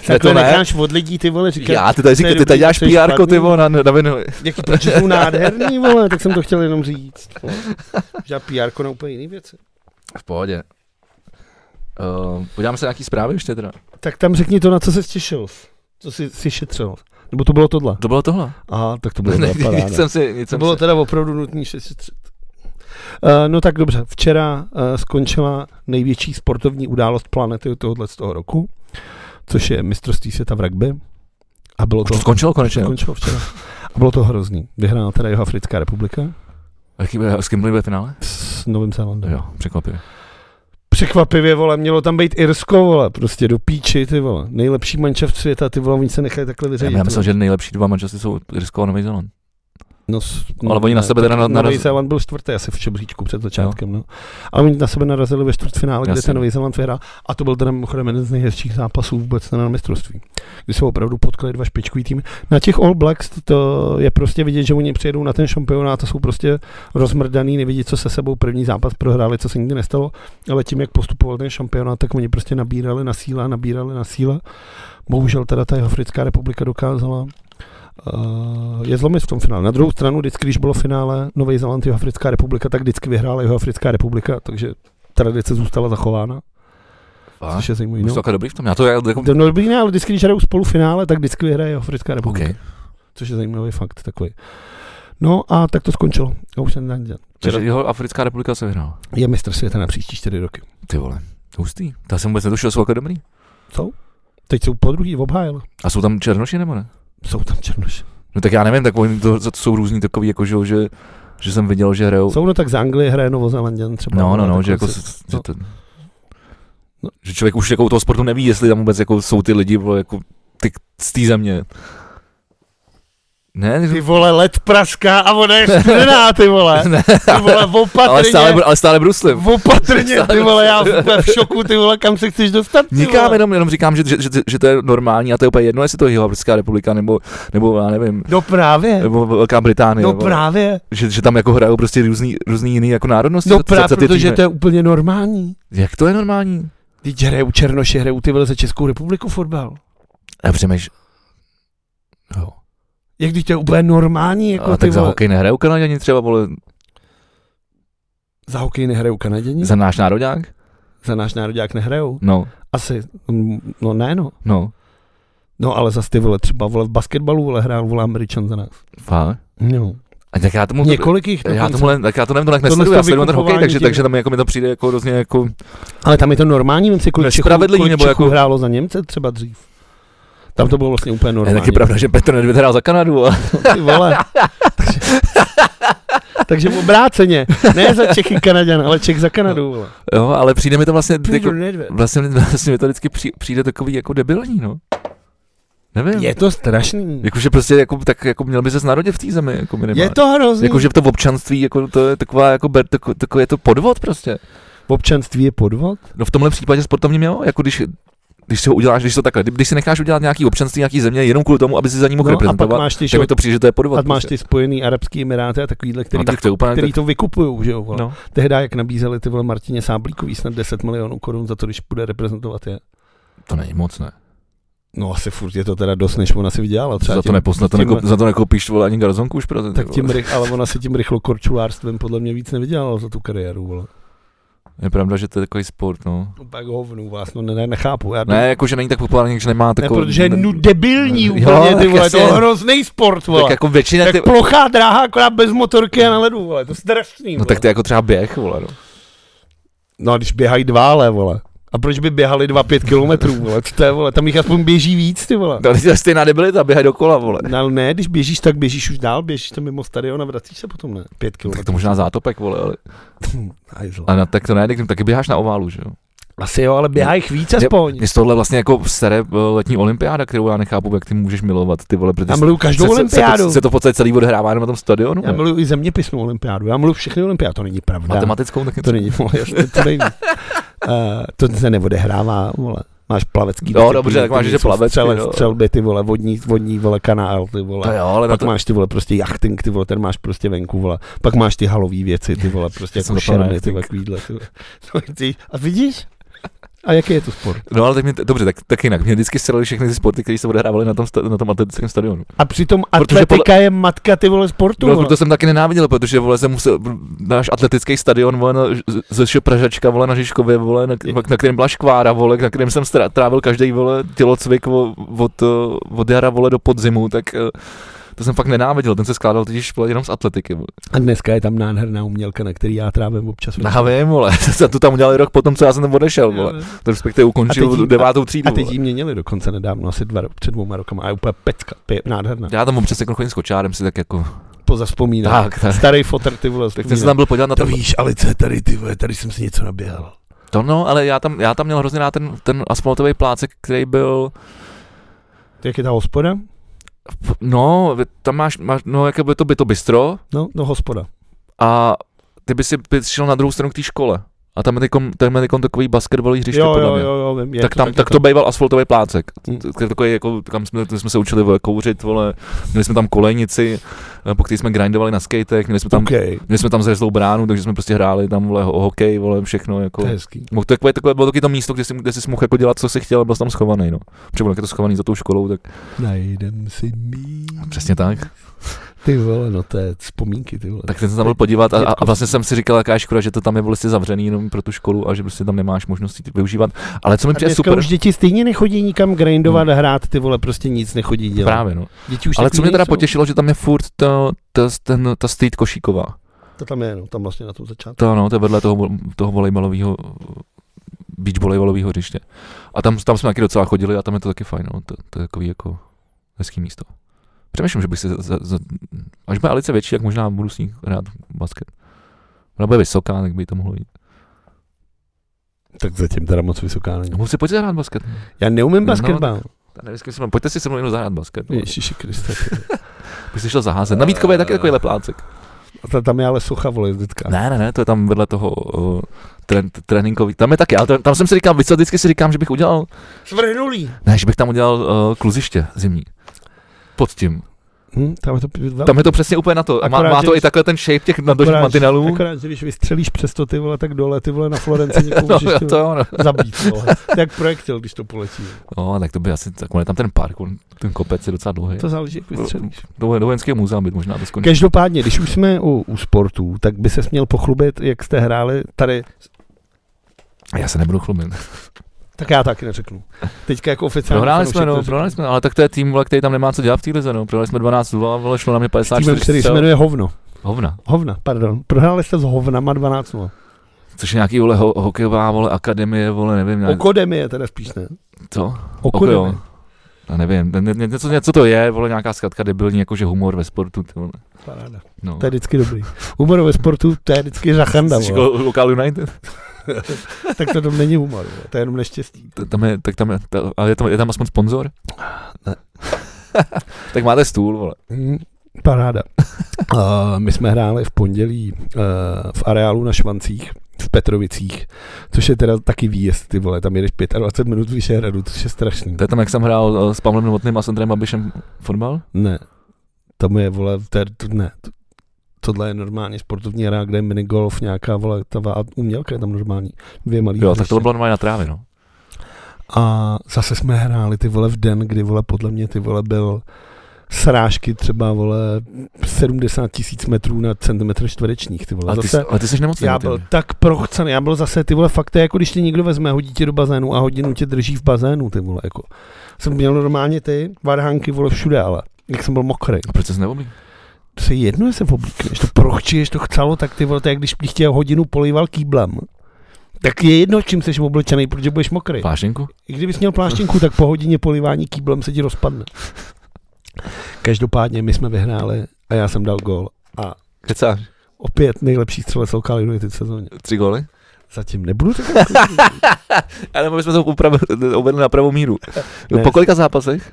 A: Tak to
B: to ne.
A: necháš od lidí, ty vole, říkat,
B: Já, ty tady, říkej, ty tady děláš
A: To je dobrý, že jsi
B: pr ty
A: špatný.
B: vole, na, na vinily.
A: jaký proč [laughs] jsou nádherný, vole, tak jsem to chtěl jenom říct. vole. Že já pr na úplně jiný věci.
B: V pohodě. Uh, podíváme se na nějaký zprávy ještě teda.
A: Tak tam řekni to, na co se těšil, co jsi, jsi šetřil. Nebo to bylo tohle?
B: To bylo tohle.
A: Aha, tak to bylo
B: [laughs] Ne,
A: [laughs] ne, paráda.
B: nic jsem si, nic
A: To
B: jsem
A: bylo
B: si.
A: teda opravdu nutné se šetřit. Uh, no tak dobře, včera uh, skončila největší sportovní událost planety tohohle z toho roku, což je mistrovství světa v rugby. A bylo
B: Už to
A: to,
B: skončilo konečně. no. jo?
A: skončilo včera. A bylo to hrozný. Vyhrála teda jeho Africká republika
B: Jaký bude, s kým byli ve finále?
A: s Novým Zélandem.
B: Jo, překvapivě.
A: Překvapivě, vole, mělo tam být Irsko, vole, prostě do píči, ty vole. Nejlepší mančaft světa, ty vole, oni se nechali takhle
B: Já,
A: vyřadit.
B: já myslel, že nejlepší dva manželství jsou Irsko a Nový Zéland.
A: No, s- no,
B: Ale oni na
A: ne,
B: sebe teda
A: tak
B: na-
A: Nový
B: narazili.
A: Zéland byl čtvrtý asi v čebříčku před začátkem, no. Ale oni na sebe narazili ve čtvrtfinále, kde
B: Jasně.
A: ten Nový Zéland vyhrál. A to byl teda mimochodem jeden z nejhezčích zápasů vůbec na mistrovství. Kdy se opravdu potkali dva špičkový týmy. Na těch All Blacks to je prostě vidět, že oni přijedou na ten šampionát a jsou prostě rozmrdaný, nevidí, co se sebou. První zápas prohráli, co se nikdy nestalo, ale tím, jak postupoval ten šampionát, tak oni prostě nabírali na síle, nabírali na síle. Bohužel teda ta Africká republika dokázala Uh, je zlomit v tom finále. Na druhou stranu, vždycky, když bylo finále Nový Zéland jeho Africká republika, tak vždycky vyhrála jeho Africká republika, takže tradice zůstala zachována.
B: Fakt?
A: což je zajímavý.
B: Jsi
A: No.
B: takhle dobrý v tom? Já to já, jako...
A: To- No, dobrý, ne, ale vždycky, když hrajou spolu finále, tak vždycky vyhraje jeho Africká
B: OK.
A: republika. Což je zajímavý fakt takový. No a tak to skončilo. Já už jsem nedělal.
B: Takže jeho Africká republika se vyhrála.
A: Je mistr světa na příští čtyři roky.
B: Ty vole. Hustý. To já jsem vůbec netušil, jsou takhle dobrý.
A: Co? Teď jsou po druhý obhájil.
B: A jsou tam černoši nebo ne?
A: Jsou tam černoši.
B: No tak já nevím, tak oni to, to jsou různý takový, jako že, že, že jsem viděl, že hrajou.
A: Jsou no tak z Anglie hraje Novozelanděn třeba.
B: No, no,
A: ale
B: no,
A: tak
B: že
A: on
B: jako,
A: si-
B: s-
A: no.
B: že, to,
A: No.
B: že člověk už jako u toho sportu neví, jestli tam vůbec jako jsou ty lidi, vole, jako ty z té země. Ne,
A: Ty vole, led praská a voda je studená, ty
B: [laughs]
A: vole.
B: ne,
A: Ty vole, opatrně.
B: ale stále, br- ale stále bruslim.
A: Opatrně, ty vole, já úplně v šoku, ty vole, kam se chceš dostat, ty
B: Nikam,
A: vole.
B: jenom, jenom říkám, že, že, že, že, to je normální a to je úplně jedno, jestli to je Jihoafrická republika nebo, nebo já nevím,
A: No právě,
B: nebo Velká Británie.
A: no
B: vole.
A: právě,
B: že, že, tam jako hrajou prostě různý, různý jiný jako národnosti.
A: no
B: za- za-
A: právě,
B: za ty
A: protože
B: týmy.
A: to je úplně normální.
B: Jak to je normální?
A: Teď hrajou Černoši, hrajou ty vole za Českou republiku fotbal.
B: Já přemýšlím. Jo.
A: Jak když to je úplně normální, jako
B: a
A: ty
B: tak za
A: vole.
B: hokej nehrajou Kanaděni třeba, vole,
A: Za hokej nehrajou Kanaděni? Za,
B: za náš národák?
A: za náš národák nehrajou?
B: No,
A: Asi, mm, no ne no.
B: no,
A: No ale za ty vole, třeba vole v basketbalu vole hrál vole Američan za nás.
B: fakt.
A: No.
B: A tak já tomu,
A: Několik jich
B: já
A: dokonce.
B: tomu, ne- tak já to nevím, to tak
A: Tohle
B: nesleduju,
A: to
B: já sleduju ten hokej,
A: vykupování
B: takže,
A: tím.
B: takže tam jako mi to přijde jako hrozně jako,
A: Ale tam je to normální, vím si, kolik Čechů,
B: Nespravedlivý,
A: kolik
B: nebo
A: Čechů
B: jako-
A: hrálo za Němce třeba dřív. Tam to bylo vlastně úplně
B: je
A: normální.
B: taky pravda, že Petr Nedvěd hrál za Kanadu a
A: [laughs] Ty vole. Takže, [laughs] takže obráceně. Ne za Čechy Kanaďan, ale Čech za Kanadu. Vole.
B: jo, ale přijde mi to vlastně, No. jako,
A: Nedvěd.
B: vlastně, vlastně mi to vždycky při- přijde takový jako debilní, no. Nevím.
A: Je to strašný.
B: Jakože prostě jako, tak jako měl by se narodit v té zemi, jako minimálně.
A: Je to hrozný.
B: Jakože to v občanství, jako to je taková, jako ber, tako, takový je to podvod prostě.
A: V občanství je podvod?
B: No v tomhle případě sportovním jo, jako když, když si ho uděláš, když to takhle, kdy- když si necháš udělat nějaký občanství, nějaký země, jenom kvůli tomu, aby si za ní mohl
A: a
B: no,
A: pak
B: reprezentovat,
A: máš ty,
B: tak mi to přijde, že to
A: a
B: je podvod.
A: máš
B: prostě.
A: ty spojený Arabský Emiráty a takovýhle, který,
B: no, tak to je úplně,
A: který
B: který,
A: to vykupují, že jo, vole.
B: no.
A: Tehdy, jak nabízeli ty vole Martině Sáblíkový snad 10 milionů korun za to, když bude reprezentovat je.
B: To není moc, ne.
A: No asi furt je to teda dost, než ona si vydělala. Třeba
B: za, to
A: tím,
B: neposna, to
A: tím-
B: nekop, za to nekoupíš vole, ani garzonku už pro ten,
A: tak tím, rych- ale ona si tím rychlo korčulářstvem podle mě víc nevydělala za tu kariéru, vole.
B: Je pravda, že to je takový sport, no.
A: No pak hovnu vás, no ne, ne nechápu. Já
B: Ne, jako, že není tak populární, že nemá
A: ne
B: takovou...
A: protože je nu debilní
B: Jo,
A: úplně, ty
B: tak
A: vole, to
B: jasně.
A: je hrozný sport, vole.
B: tak jako většina...
A: Tak,
B: Ty,
A: plochá dráha, akorát bez motorky a na ledu, vole, to je strašný,
B: no
A: vole.
B: tak to je jako třeba běh, vole, no.
A: No a když běhají dva, ale, vole. A proč by běhali dva pět kilometrů, vole, co to je, vole, tam jich aspoň běží víc, ty vole.
B: To je stejná debilita, běhaj dokola, vole.
A: No, ale ne, když běžíš, tak běžíš už dál, běžíš tam mimo stadion a vracíš se potom, ne? Pět
B: Tak to
A: kilometrů.
B: možná zátopek, vole, ale...
A: Hajzl.
B: A na, tak to ne, tak taky běháš na oválu, že jo?
A: Asi jo, ale běhá jich víc aspoň.
B: Mě z tohle vlastně jako sere eh, letní olympiáda, kterou já nechápu, jak ty můžeš milovat, ty vole, protože
A: Já miluju každou
B: se, se, se,
A: olympiádu.
B: to, se to v podstatě celý odehrává jenom na tom stadionu.
A: Já
B: ne?
A: miluju i zeměpisnou olympiádu. Já miluju všechny olympiády, to není pravda.
B: Matematickou taky
A: To není, vole, jasně, to
B: [laughs]
A: není. Uh, to se neodehrává, vole. Máš plavecký.
B: No,
A: disciplíny,
B: dobře, tak máš,
A: který
B: že
A: jsou
B: plavecky,
A: Střele,
B: no.
A: střelby, ty vole, vodní, vodní, vole, kanál, ty
B: To
A: vole.
B: jo, ale na
A: Pak
B: to,
A: máš ty vole prostě jachting, ty vole, ten máš prostě venku, vole. Pak máš ty halový věci, ty vole, prostě
B: Jsem
A: jako
B: dopadl na
A: šermy, ty vole, kvídle, ty
B: [laughs]
A: vole. No, ty, a vidíš? A jaký je to sport?
B: no ale tak mě, dobře, tak, tak jinak. Mě vždycky srali všechny ty sporty, které se odehrávaly na tom, sta- na tom atletickém stadionu.
A: A přitom
B: Protože
A: atletika je matka, ty vole, sportu,
B: No,
A: vole.
B: to jsem taky nenáviděl, protože vole jsem musel, náš atletický stadion, vole, na, ze Š- Pražačka, vole, na Žižkově, vole, na, na kterém byla škvára, vole, na kterém jsem stra- trávil každý, vole, tělocvik o- od, eh, od jara, vole, do podzimu, tak eh, to jsem fakt nenáviděl, ten se skládal totiž vole, jenom z atletiky, vole.
A: A dneska je tam nádherná umělka, na který já trávím občas.
B: Já vím, [laughs] vole, to, to tam udělali rok potom, co já jsem tam odešel, vole. To respektive
A: A
B: ukončil
A: teď jí-
B: devátou třídu,
A: A teď
B: vole.
A: ji měnili dokonce nedávno, asi dva, před dvouma rokama. A je úplně pecka, pě, nádherná.
B: Já tam občas jako chodím s kočárem si tak jako,
A: Pozaspomínám.
B: tak, tak.
A: Starý fotr, ty vole,
B: Tak jsem se tam byl podívat na
A: To
B: to.
A: víš, Alice, tady ty vole, tady jsem si něco naběhal.
B: To no, ale já tam, já tam měl hrozně rád ten, ten asfaltový plácek, který byl,
A: Jak je ta hospoda?
B: No, tam máš, máš no, jaké by to by to bistro
A: No, no hospoda.
B: a ty by si by šel na druhou stranu k té škole. A tam je teďkom, tam je teďkom takový basketbalový hřiště,
A: jo,
B: podle
A: jo,
B: mě.
A: jo, jo, vím, je
B: tak tam,
A: taky
B: tak to býval asfaltový plácek.
A: Mm.
B: To je Takový, jako, kam jsme, to jsme se učili vole, kouřit, vole. měli jsme tam kolejnici, eh, po který jsme grindovali na skatech, měli jsme tam,
A: Okay.
B: měli jsme tam zrezlou bránu, takže jsme prostě hráli tam vole, ho- hokej, vole, všechno. Jako.
A: To je hezký.
B: Mohl- Takové, takové, bylo taky to místo, kde jsi, kde jsi mohl jako dělat, co si chtěl, a byl jsi tam schovaný. No. Protože bylo to schovaný za tou školou, tak
A: Najdem si mí.
B: přesně tak.
A: Ty vole, no to je vzpomínky, ty vole.
B: Tak jsem se tam byl podívat a, a vlastně jsem si říkal, jaká je škoda, že to tam je vlastně zavřený jenom pro tu školu a že prostě tam nemáš možnosti využívat. Ale co mi
A: A
B: přijde
A: dneska
B: super,
A: už děti stejně nechodí nikam grindovat, hmm. hrát, ty vole, prostě nic nechodí dělat.
B: právě no.
A: Děti už
B: Ale
A: takový
B: co mě teda
A: nejsou.
B: potěšilo, že tam je furt to, to, ten, ta street košíková.
A: To tam je, no, tam vlastně na tom začátku.
B: To no, to je vedle toho, vol- toho volejbalového beach volejbalového hřiště. A tam, tam jsme taky docela chodili a tam je to taky fajn, no. to, to je takový jako hezký místo. Přemýšlím, že bych si, za, za, za, až bude Alice větší, tak možná budu s ní hrát basket. Ona bude vysoká, tak by to mohlo jít.
A: Tak zatím teda moc vysoká není.
B: Musí pojďte zahrát basket.
A: Já neumím
B: No,
A: basketbal.
B: Já nevím, s kým jsem- pojďte si se mnou jenom zahrát basket. No.
A: Ježíši Kriste. ty.
B: Bych se šel zaházet.
A: Eh,
B: Na Vítkové je taky takovýhle plácek.
A: A ta- tam je ale sucha, vole, jezdecká.
B: Ne, ne, ne, to je tam vedle toho uh, trén, tréninkový. Tam je taky, ale to, tam jsem si říkal, víc, vždycky si říkám, že bych udělal
A: Svrhnulý.
B: Ne, že bych tam udělal uh, kluziště zimní. Pod tím.
A: Hm, tam je to velký.
B: Tam je to přesně úplně na to. A má,
A: Akorát,
B: má to
A: že-
B: i takhle ten shape těch nadožních mantinelů. [laughs]
A: Akorát, že když vystřelíš přes to ty vole, tak dole ty vole na Florenci
B: [laughs]
A: někoho
B: No,
A: můžeš ty
B: to
A: vole,
B: jo, no.
A: zabít. Vole. To je Jak projektil, když to poletí.
B: no, tak to by asi, tak on je tam ten park, on, ten kopec je docela dlouhý.
A: To záleží, jak vystřelíš.
B: Do, do vojenského muzea být možná to skončí.
A: Každopádně, když už jsme u, u sportů, tak by se měl pochlubit, jak jste hráli tady.
B: Já se nebudu chlubit.
A: Tak já taky neřeknu. Teďka jako oficiálně.
B: Prohráli jsme, no, prohráli jsme, ale tak to je tým, vole, který tam nemá co dělat v té lize, no. Prohráli jsme 12 0 vole, šlo na mě
A: S týmem,
B: 54
A: který se
B: střel.
A: jmenuje Hovno.
B: Hovna.
A: Hovna, pardon. Prohráli jste s Hovnama 12 0.
B: Což je nějaký, vole, ho, hokejová, vole, akademie, vole, nevím, nějak,
A: Okodem je teda spíš, ne?
B: co?
A: Okodem.
B: jo. Já nevím, ně- ně- něco, něco to je, vole, nějaká zkratka debilní, jakože humor ve sportu, ty vole.
A: Paráda.
B: No.
A: To je vždycky dobrý. Humor ve sportu, to je vždycky řachanda.
B: Jsi jako-
A: vole.
B: říkal Local United?
A: Tak to tam není humor, vole. to je jenom neštěstí.
B: T- Tam je, tak tam je, ta, ale je tam, je tam aspoň sponzor?
A: Ne.
B: [laughs] tak máte stůl, vole.
A: Hmm, paráda. uh, my jsme hráli v pondělí uh, v areálu na Švancích v Petrovicích, což je teda taky výjezd, ty vole, tam jedeš 25 minut Vyšehradu, což je strašný.
B: To je tam, jak jsem hrál eh, s Pavlem Novotným a s Andrejem Babišem fotbal?
A: Ne, tam je, vole, to je, to, ne, to, tohle je normálně sportovní hra, kde je minigolf, nějaká, vole, ta va- umělka je tam normální, dvě malý.
B: Jo, tak
A: hřiště.
B: to bylo normálně na trávě, no.
A: A zase jsme hráli ty vole v den, kdy vole podle mě ty vole byl srážky třeba vole 70 tisíc metrů na centimetr čtverečních ty vole.
B: Ale ty,
A: Zase,
B: jsi- ale ty jsi nemocný.
A: já
B: ty.
A: byl tak prochcen, já byl zase ty vole fakt, to je jako když tě někdo vezme, hodí tě do bazénu a hodinu tě drží v bazénu ty vole jako. Jsem měl normálně ty varhánky vole všude, ale jak jsem byl mokrý.
B: A proč jsi neoblík?
A: To je jedno, jestli se oblíkneš, to prochčíš, to chcelo, tak ty vole, to je jak když bych tě hodinu polejval kýblem. Tak je jedno, čím jsi oblečený, protože budeš mokrý.
B: Plášenku?
A: I kdybys měl pláštěnku, tak po hodině polivání kýblem se ti rozpadne. Každopádně my jsme vyhráli a já jsem dal gól.
B: Kecáš.
A: Opět nejlepší střelec Local United v sezóně.
B: Tři góly?
A: Zatím nebudu říkat.
B: Ale my jsme to upravili, uvedli na pravou míru.
A: Ne.
B: Po kolika zápasech?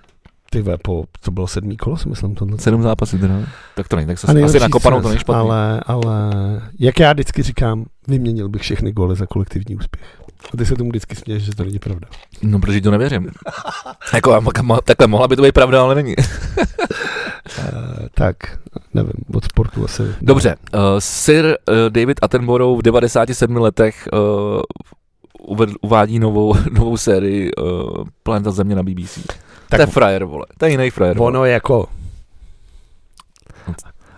A: Ty ve, po, to bylo sedmý kolo, si myslím tohle.
B: Sedm zápasů teda. Tak to není, tak se
A: A
B: asi
A: nejlepší
B: nakopanou to
A: střelec,
B: není špatný. Ale...
A: Ale, ale, jak já vždycky říkám, vyměnil bych všechny góly za kolektivní úspěch. A ty se tomu vždycky směješ, že to není [laughs] pravda.
B: No, protože to nevěřím. [laughs] jako, a mo- mo- takhle mohla by to být pravda, ale není.
A: Uh, tak, nevím, od sportu asi.
B: Dobře, uh, Sir uh, David Attenborough v 97 letech uh, uvedl, uvádí novou, [laughs] novou sérii uh, Planeta Země na BBC. Tak
A: Tak-
B: to je frajer, vole. To je jiný frajer. vole.
A: Ono je jako.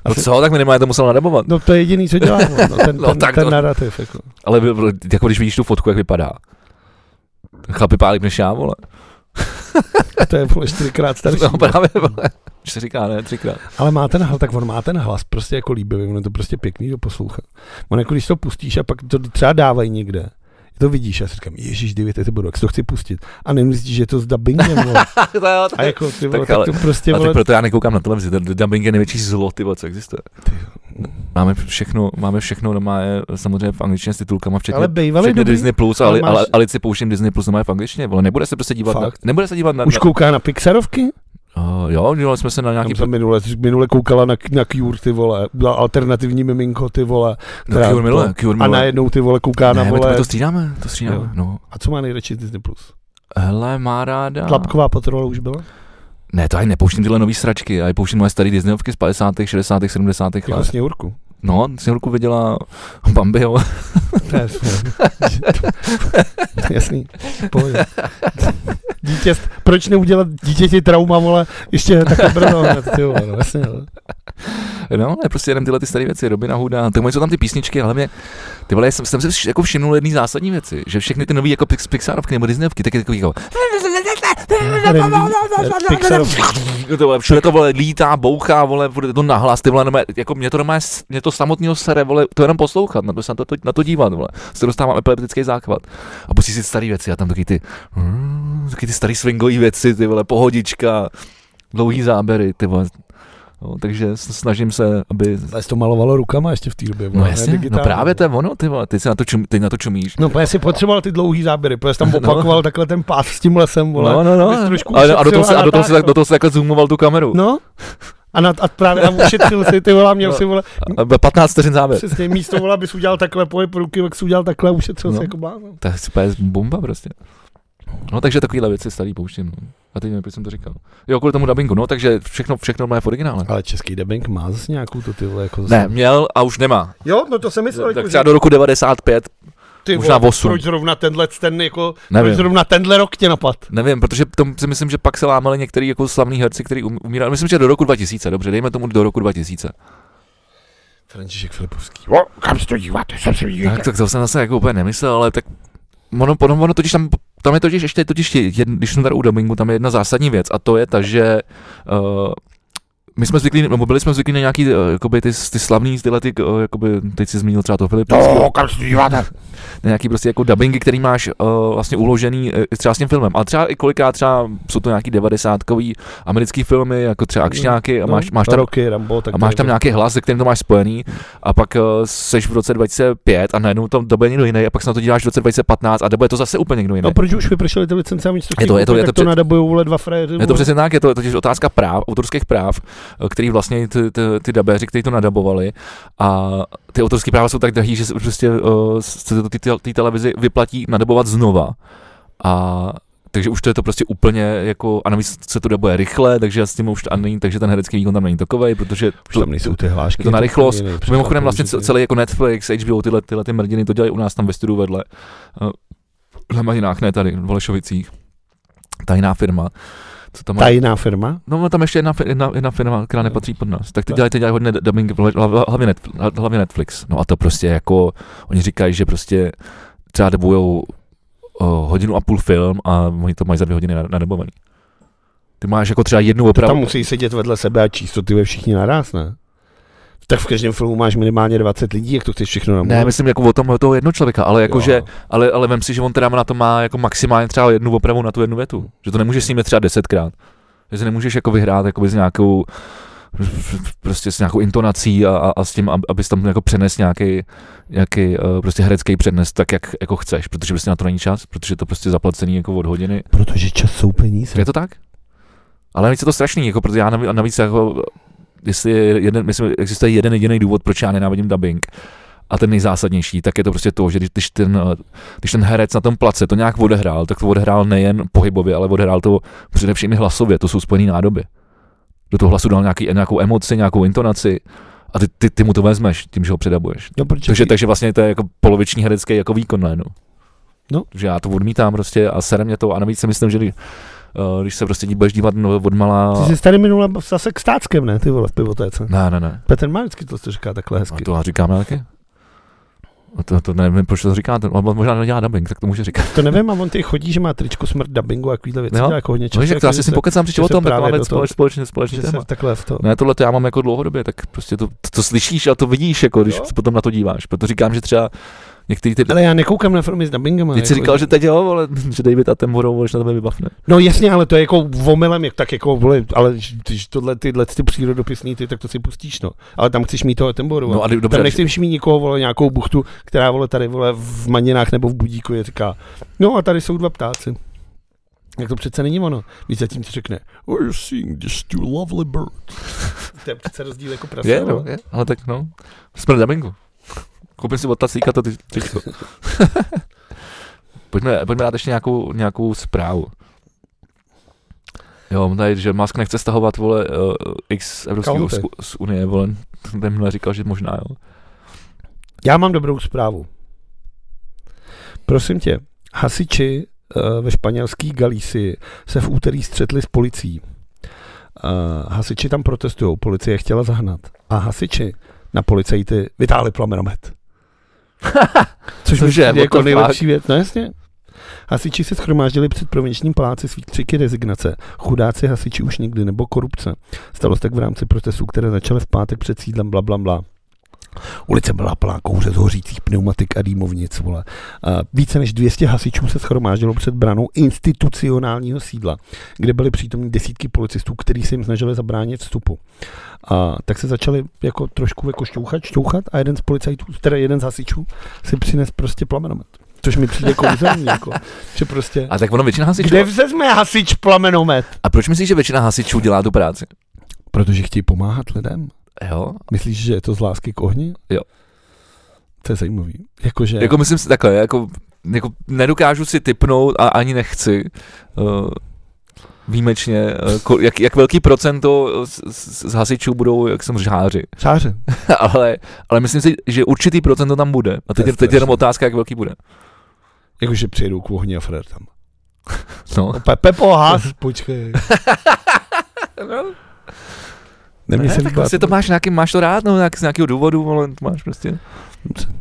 B: no co, tak minimálně to musel nadabovat.
A: No to je jediný, co dělá. on, [laughs] No, ten,
B: No,
A: ten,
B: tak
A: ten
B: to-
A: narrativ. Jako.
B: Ale vy- vy- jako když vidíš tu fotku, jak vypadá. Ten Chlap je pálík než já, vole.
A: [laughs] To je vole čtyřikrát starší.
B: [laughs] No právě, vole. Čtyřikrát, ne, třikrát. [laughs]
A: Ale má ten hlas, tak on má ten hlas prostě jako líbivý, on je to prostě pěkný do poslouchat. On jako když to pustíš a pak to třeba dávají někde, to vidíš a já si říkám, ježíš, divěte, to budu, jak si to chci pustit. A nevím, zjistíš, že je to s dubbingem, vole.
B: To jo, to-
A: A jako ty vole,
B: Tak
A: tak,
B: ale-
A: to prostě,
B: ale tak
A: vole,
B: proto já nekoukám na televizi, ten dubbing je největší zlo, ty vole, co existuje. Máme všechno, máme všechno doma, je samozřejmě v angličtině s titulkama, včetně
A: ale bývalý
B: Všechny
A: dobrý,
B: Disney Plus,
A: ale
B: ale,
A: máš-
B: ale Alici pouštím Disney Plus doma je v angličtině, vole, nebude se prostě dívat na,
A: Fakt?
B: nebude se dívat na,
A: už kouká na Pixarovky?
B: na uh, jo, dívali jsme se na nějaký,
A: Tam jsem minule, minule koukala na, na Cure, ty vole, byla alternativní miminko, ty vole,
B: na Cure Mille, Cure
A: a
B: Mille.
A: najednou ty vole kouká
B: ne,
A: na
B: my to, my
A: vole.
B: to střídáme, to střídáme,
A: Jo.
B: no.
A: A co má nejradši Disney+. Plus?
B: Hele, má ráda.
A: Tlapková patrola už byla?
B: Ne, to ani nepouštím tyhle nový sračky, já je pouštím moje staré Disneyovky z 50., 60., 70. let.
A: Jako sněhurku.
B: No, Sněhurku viděla Bambiho.
A: Ne, Jasný, v pohodě. Dítě, proč neudělat dítěti trauma, vole, ještě takhle brno hned, ty vole, no, jasně, no.
B: no, ne, prostě jenom tyhle ty staré věci, Robina Hooda, tak mají jsou tam ty písničky, ale mě, ty vole, jsem, jsem si vš- jako všimnul jedné zásadní věci, že všechny ty nové jako Pix- Pixarovky nebo Disneyovky, tak je takový jako,
A: eh, Pixarovky.
B: No to vole, všude to vole lítá, bouchá, vole, furt je to nahlas, ty vole, normálně, jako mě to normálně, s- mě to samotného sere, vole, to jenom poslouchat, na to se na to, to, na to dívat, vole, se dostávám epileptický záchvat a pustí si staré věci a tam taky ty, mm, taky ty starý swingové věci, ty vole, pohodička, dlouhý záběry, ty vole, no, takže s- snažím se, aby,
C: Ale jsi to malovalo rukama ještě v té době. vole,
B: no
C: ne
B: jasně, no
C: digitálně.
B: právě to je ono, ty vole, ty se na to, čum, ty na to čumíš,
A: No, protože si potřeboval ty dlouhý záběry, protože jsi tam
B: No.
A: opakoval takhle ten pás s tím lesem, vole.
B: no, no, no,
A: abys trošku
B: a, a do toho
A: ušetřil
B: se, a do toho se,
A: natáhl.
B: tak- do toho se takhle zoomoval tu kameru,
A: No. A, na, a právě tam ušetřil si, ty vole, a měl
B: No.
A: si, vole,
B: A- a 15 vteřin záběr.
A: přesně místo, vole, abys udělal takhle pohyb ruky, jak jsi udělal takhle a ušetřil
B: No.
A: si jako blázen.
B: To je super bomba prostě. No takže takovýhle věci starý pouštím. No. A teď nevím, proč jsem to říkal. Jo, kvůli tomu dubbingu, no, takže všechno, všechno má v originále.
A: Ale český debank má zase nějakou to ty vole, jako zase.
B: Ne, měl a už nemá.
A: Jo, no to jsem myslel,
B: tak
A: jako,
B: třeba
A: že
B: do roku 95,
A: ty
B: možná
A: vole,
B: osm.
A: proč zrovna tenhle, ten, jako, proč
B: nevím.
A: zrovna tenhle rok tě napad.
B: Nevím, protože tam si myslím, že pak se lámali některý jako slavní herci, kteří um- umírali. Myslím, že do roku 2000, dobře, dejme tomu do roku 2000.
A: František Filipovský.
D: Jo, kam se to díváte, jsem se díváte.
B: Tak, tak to jsem zase jako úplně nemyslel, ale tak ono, ono, ono totiž tam, tam je totiž ještě, totiž jed, když jsme tady u dubbingu, tam je jedna zásadní věc a to je ta, že uh, my jsme zvyklí, nebo byli jsme zvyklí na nějaký, uh, jakoby ty, ty slavný, tyhle ty, uh, jakoby, teď si zmínil třeba toho Filipovského,
D: No, kam se to díváte.
B: na nějaký prostě jako dubbingy, který máš uh, vlastně uložený uh, třeba s tím filmem. A třeba i kolikrát třeba jsou to nějaký devadesátkový americký filmy, jako třeba akčňáky a máš, máš tam
A: no, roky, Rambo, tak
B: a
A: to
B: máš
A: je-
B: tam nějaký hlas, se kterým to máš spojený, a pak uh, seš v roce 2005 a najednou tam době někdo jiný, a pak se na to díváš v roce 2015 a doba je to zase úplně někdo jiný.
A: No proč už vypršely ty licence a místo
B: Je to- je to- je
A: tak
B: to
A: to
B: před-
A: nadabujou vole dva frajeři.
B: Je to
A: vole.
B: přesně tak, je to totiž otázka práv, autorských práv, eh, který vlastně ty, ty, ty dabéři, kteří to nadabovali. A ty autorské práva jsou tak drahý, že se prostě uh, se to ty- ty- ty televizi vyplatí nadabovat znova. A takže už to je to prostě úplně jako, a navíc se to dabuje rychle, takže s tím už a není, takže ten herecký výkon tam není takový, protože
A: Už tam nejsou ty hlášky.
B: je to na rychlost.
A: tam nejde,
B: Mimochodem vlastně
A: překvapuje, že-
B: celý jako Netflix, HBO, tyhle, tyhle ty mrdiny to dělají u nás tam ve studiu vedle. Eh, Na Marinách, ne tady, v Holešovicích. Tajná firma. Co tam má-
A: Tajná firma?
B: No, tam ještě jedna, fir- jedna, jedna firma, která nepatří pod nás. Tak ty
A: Tak.
B: dělají, ty dělají hodně dubbing, vle- hla- hlavně, Netflix, hlavně Netflix. No a to prostě jako, oni říkají, že prostě třeba dubujou o, hodinu a půl film a oni to mají za dvě hodiny na- nadubovaný. Ty máš jako třeba jednu
A: Tam
B: opravu.
A: musí sedět vedle sebe a číst to ty ve všichni naraz, ne? Tak v každém filmu máš minimálně 20 lidí, jak to chceš všechno namluvit.
B: Ne, myslím jako o tom, o toho jedno člověka, ale jako,
A: Jo.
B: jakože, ale, ale vem si, že on teda na to má jako maximálně třeba jednu opravu na tu jednu větu. Že to nemůžeš snímat třeba desetkrát. Že se nemůžeš jako vyhrát jakoby s nějakou prostě s nějakou intonací a, a, a s tím, ab- abys tam jako přenes nějaký, nějaký eh, prostě herecký přednes tak, jak jako chceš, protože prostě na to není čas, protože to prostě zaplacený jako od hodiny.
A: Protože čas jsou peníze.
B: Je to tak? Ale navíc je to strašný, jako protože já navíc, navíc jako, jestli, je jeden, jestli existuje jeden jediný důvod, proč já nenávidím dubbing, a ten nejzásadnější, tak je to prostě to, že když- když ten, eh, když ten herec na tom place to nějak odehrál, tak to odehrál nejen pohybově, ale odehrál to především i hlasově, to jsou spojené nádoby. Do toho hlasu dal nějaký, nějakou emoci, nějakou intonaci a ty, ty, ty mu to vezmeš tím, že ho předabuješ.
A: No, protože
B: Takže, takže vlastně to je jako poloviční herecký jako výkon najednou.
A: No.
B: Že já to odmítám prostě a sere mě to a navíc si myslím, že když, eh, když se prostě dí- budeš dívat no, od malá...
A: Ty jsi tady minule zase k stáckem, ne, ty vole, v pivotéce.
B: Ne, ne, ne.
A: Petr Márický to si říká takhle
B: A
A: hezky.
B: No. to já říkám taky. A to, to nevím, proč to říká, ten, on možná nedělá dubbing, tak to může říkat.
A: To nevím, a on ty chodí, že má tričko smrt dubbingu a takovýhle věci,
B: Jo.
A: dělá jako hodně
B: No,
A: často.
B: že
A: jako,
B: to asi
A: že
B: si
A: se-
B: pokecám příště
A: že
B: o
A: se
B: tom, tak
A: právě
B: máme
A: do toho-
B: společ, společně, společně
A: že se
B: téma.
A: takhle v to.
B: Ne, tohle to já mám jako dlouhodobě, tak prostě to, to, to slyšíš a to vidíš, jako když
A: Jo.
B: se potom na to díváš. Proto říkám, že třeba některý ty...
A: Ale já nekoukám na filmy s dubbingem. jako-
B: Teď jsi říkal, že teď jo, ale [laughs] že David a Temurou, vole, že na tebe vybavne.
A: No jasně, ale to je jako omylem, jak tak jako, vole, ale ž- když tohle, tyhle ty přírodopisný, ty, tak to si pustíš, no. Ale tam chceš mít toho Temboru.
B: No a kdy- dobře,
A: tam nechceš mít nikoho, vole, nějakou buchtu, která, vole, tady, vole, v maninách nebo v budíku je říká, no a tady jsou dva ptáci. Jak to přece není ono. Víš, zatím ti řekne, we're seeing this two lovely bird. to je přece rozdíl jako prase.
B: Je, no,
A: vole.
B: je, ale tak no. Jsme na dubbingu. Koupím si od tacíka to ty, [laughs] tyčko. pojďme, pojďme dát ještě nějakou, nějakou zprávu. Jo, mám tady, že Musk nechce stahovat, vole, uh, x Evropské
A: Kaunty.
B: z, z Unie, vole, tenhle říkal, že možná, jo.
A: Já mám dobrou zprávu. Prosím tě, hasiči eh, ve španělský Galicii se v úterý střetli s policií. Uh, hasiči tam protestují, policie je chtěla zahnat. A hasiči na policajty vytáhli [laughs] plamenomet. Což
B: Cože,
A: Cože,
B: what
A: je
B: the
A: jako
B: fuck?
A: nejlepší věc, no jasně. Hasiči se schromáždili před provinčním paláci svých křiky rezignace. Chudáci hasiči už nikdy nebo korupce. Stalo se tak v rámci protestů, které začaly v pátek před sídlem bla, bla, bla. Ulice byla plná kouře z hořících pneumatik a dýmovnic, vole. A více než 200 hasičů se schromáždilo před branou institucionálního sídla, kde byly přítomní desítky policistů, kteří se jim snažili zabránit vstupu. A tak se začali jako trošku jako šťouchat, šťouchat a jeden z policajtů, teda jeden z hasičů, si přines prostě plamenomet. Což mi přijde
B: [laughs]
A: kouzelní, jako, že prostě...
B: A tak ono většina hasičů.
A: Kde vezme hasič plamenomet?
B: A proč myslíš, že většina hasičů dělá tu práci?
A: Protože chtějí pomáhat lidem.
B: Jo.
A: Myslíš, že je to z lásky k ohni?
B: Jo.
A: To je zajímavý. Jakože...
B: Jako myslím si takhle, jako, jako nedokážu si typnout a ani nechci. Uh, výjimečně, eh, ko, jak, jak velký procento z, z, z hasičů budou, jak jsem žháři.
A: Řáře.
B: [laughs] ale, ale myslím si, že určitý procento tam bude. A teď,
A: To je
B: je teď je jenom
A: strašný.
B: otázka, jak velký bude.
A: Jakože přijedou k ohni a Fred tam.
B: No.
A: Pe- Pepo Has. [laughs]
C: Počkej.
A: Ne, mně
B: No. Ne,
A: se
B: tak
A: líbila,
B: prostě to máš nějaký, máš to rád, no, nějak, z nějakého důvodu, ale to máš prostě.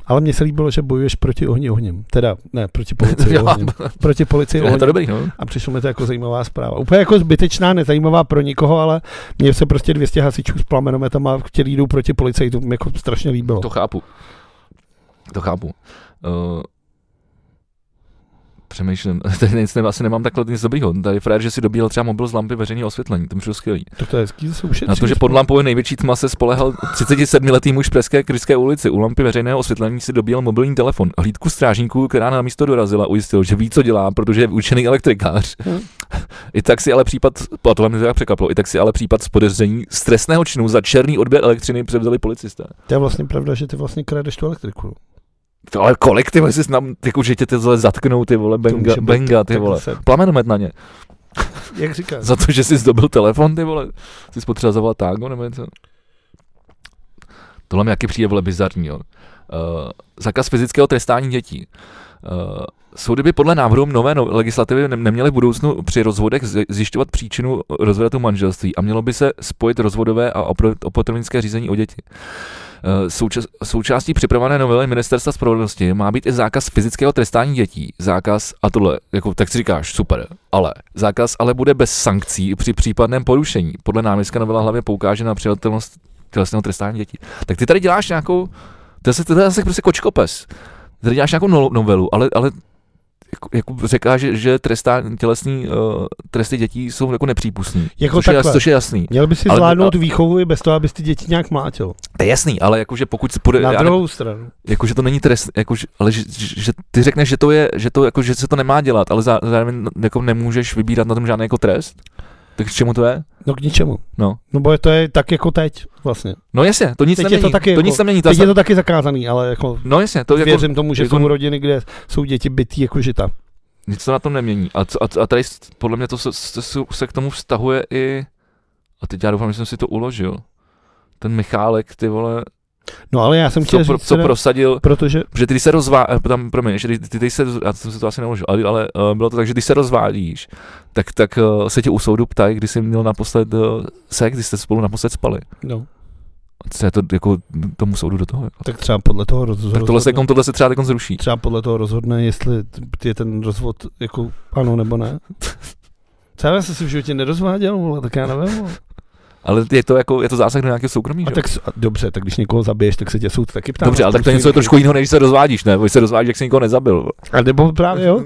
A: Ale mně se líbilo, že bojuješ proti ohni ohněm. Teda, ne, proti
B: [laughs]
A: policii
B: Jo,
A: ohněm. Proti policii
B: je to
A: ohněm.
B: dobrý, no.
A: A přišlo mi to jako zajímavá zpráva. Úplně jako zbytečná, nezajímavá pro nikoho, ale mě se prostě 200 hasičů s plamenometama, kteří jdou proti policii, to mi jako strašně líbilo.
B: To chápu. To chápu. Uh, přemýšlím, [laughs] tady nic, ne, asi nemám takhle nic dobrýho. Tady je frajer, že si dobíjel třeba mobil z lampy veřejného osvětlení, to mi přijde skvělý.
A: To, to je hezký, zase ušetří.
B: Na to, že pod lampou je největší tma, se spolehal 37-letý muž v Pražské Kryské ulici. U lampy veřejného osvětlení si dobíjel mobilní telefon. Hlídku strážníků, která na místo dorazila, ujistil, že ví, co dělá, protože je vyučený elektrikář.
A: Hm.
B: [laughs] I tak si ale případ, a tohle mě tak překvapilo, i tak si ale případ z podezření z trestného činu za černý odběr elektřiny převzali policisté.
A: to je vlastně pravda, že ty vlastně kradeš tu elektriku.
B: To ale kolik ty vole, jsi nám, jako, že tě ty vole zatknou ty vole, benga,
A: může být jako
B: benga ty
A: Tak
B: vole.
A: se-
B: Plamenomet na ně.
A: Jak říkáš?
B: Za to, že jsi zdobil telefon, ty vole. Jsi potřeba zavolat tágo nebo něco. Tohle mi jaký přijde, vole, bizarní, jo. Uh, zakaz fyzického trestání dětí. Uh, soudy by podle návrhu nové no- legislativy ne- neměly v budoucnu při rozvodech zji- zjišťovat příčinu rozvratu manželství a mělo by se spojit rozvodové a opro- opatrovnické řízení o děti. Eh, Součas, součástí připravené novely ministerstva spravedlnosti má být i zákaz fyzického trestání dětí. Zákaz a tohle, jako tak si říkáš, super, ale zákaz ale bude bez sankcí při případném porušení. Podle náměstka novela hlavně poukáže na přijatelnost tělesného trestání dětí. Tak ty tady děláš nějakou, to je zase, to je zase prostě kočkopes. Ty tady děláš nějakou no, novelu, ale, ale jako, jako řeká, že, že trestá, tělesní uh, tresty dětí jsou jako nepřípustní.
A: Jako
B: což, je, jas-
A: takhle.
B: což je jasný.
A: Měl by si
B: Ale-
A: zvládnout výchovu i bez toho, abys ty děti nějak mlátil.
B: To je jasný, ale jakože pokud se půjde,
A: Na
B: já ne-
A: druhou stranu.
B: Jakože to není trest, jakože, ale že, že, že, ty řekneš, že to je, že to, jako, že se to nemá dělat, ale zá, zároveň jako nemůžeš vybírat na tom žádný jako trest. Tak k čemu to je?
A: No k ničemu.
B: No.
A: No bo je to je tak jako teď vlastně.
B: No jasně, to nic
A: Teď je
B: nemění.
A: to taky
B: to
A: jako-
B: nic nemění. To
A: Teď
B: jasně-
A: je to taky zakázaný, ale jako
B: No jasně, to jako,
A: věřím tomu, že
B: jako-
A: jsou rodiny, kde jsou děti bytý jako žita.
B: nic to na tom nemění. A, co- a, co- a tady s- podle mě to se, se, se k tomu vztahuje i, a teď já doufám, že jsem si to uložil, ten Michálek, ty vole,
A: No ale já jsem
B: co,
A: chtěl
B: pro,
A: říct,
B: co
A: teda,
B: prosadil,
A: protože
B: Protože ty, když se rozvádíš, tam, promiň, že ty, ty, když se, já jsem si to asi neložil, ale, ale uh, bylo to tak, že když se rozvádíš, tak, tak uh, se tě u soudu ptají, kdy jsi měl naposled uh, sex, když jste spolu naposled spali.
A: no,
B: A Co je to jako tomu soudu do toho? Jako?
A: tak třeba podle toho rozhodne,
B: Tak tohle se, kom- tohle se třeba takom zruší.
A: třeba podle toho rozhodne, jestli t- je ten rozvod jako ano nebo ne. Třeba já jsem se v životě nerozváděl, vole, tak já nevím. Vole.
B: Ale je to, jako, je to zásah do nějakého soukromí,
A: A
B: že? jo?
A: tak, s- a dobře, tak když někoho zabiješ, tak se tě soud taky ptá.
B: Dobře, ale tak to je něco trošku jiného, než se rozvádíš, ne? Když se rozvádíš, jak jsi nikoho nezabil.
A: A nebo právě jo?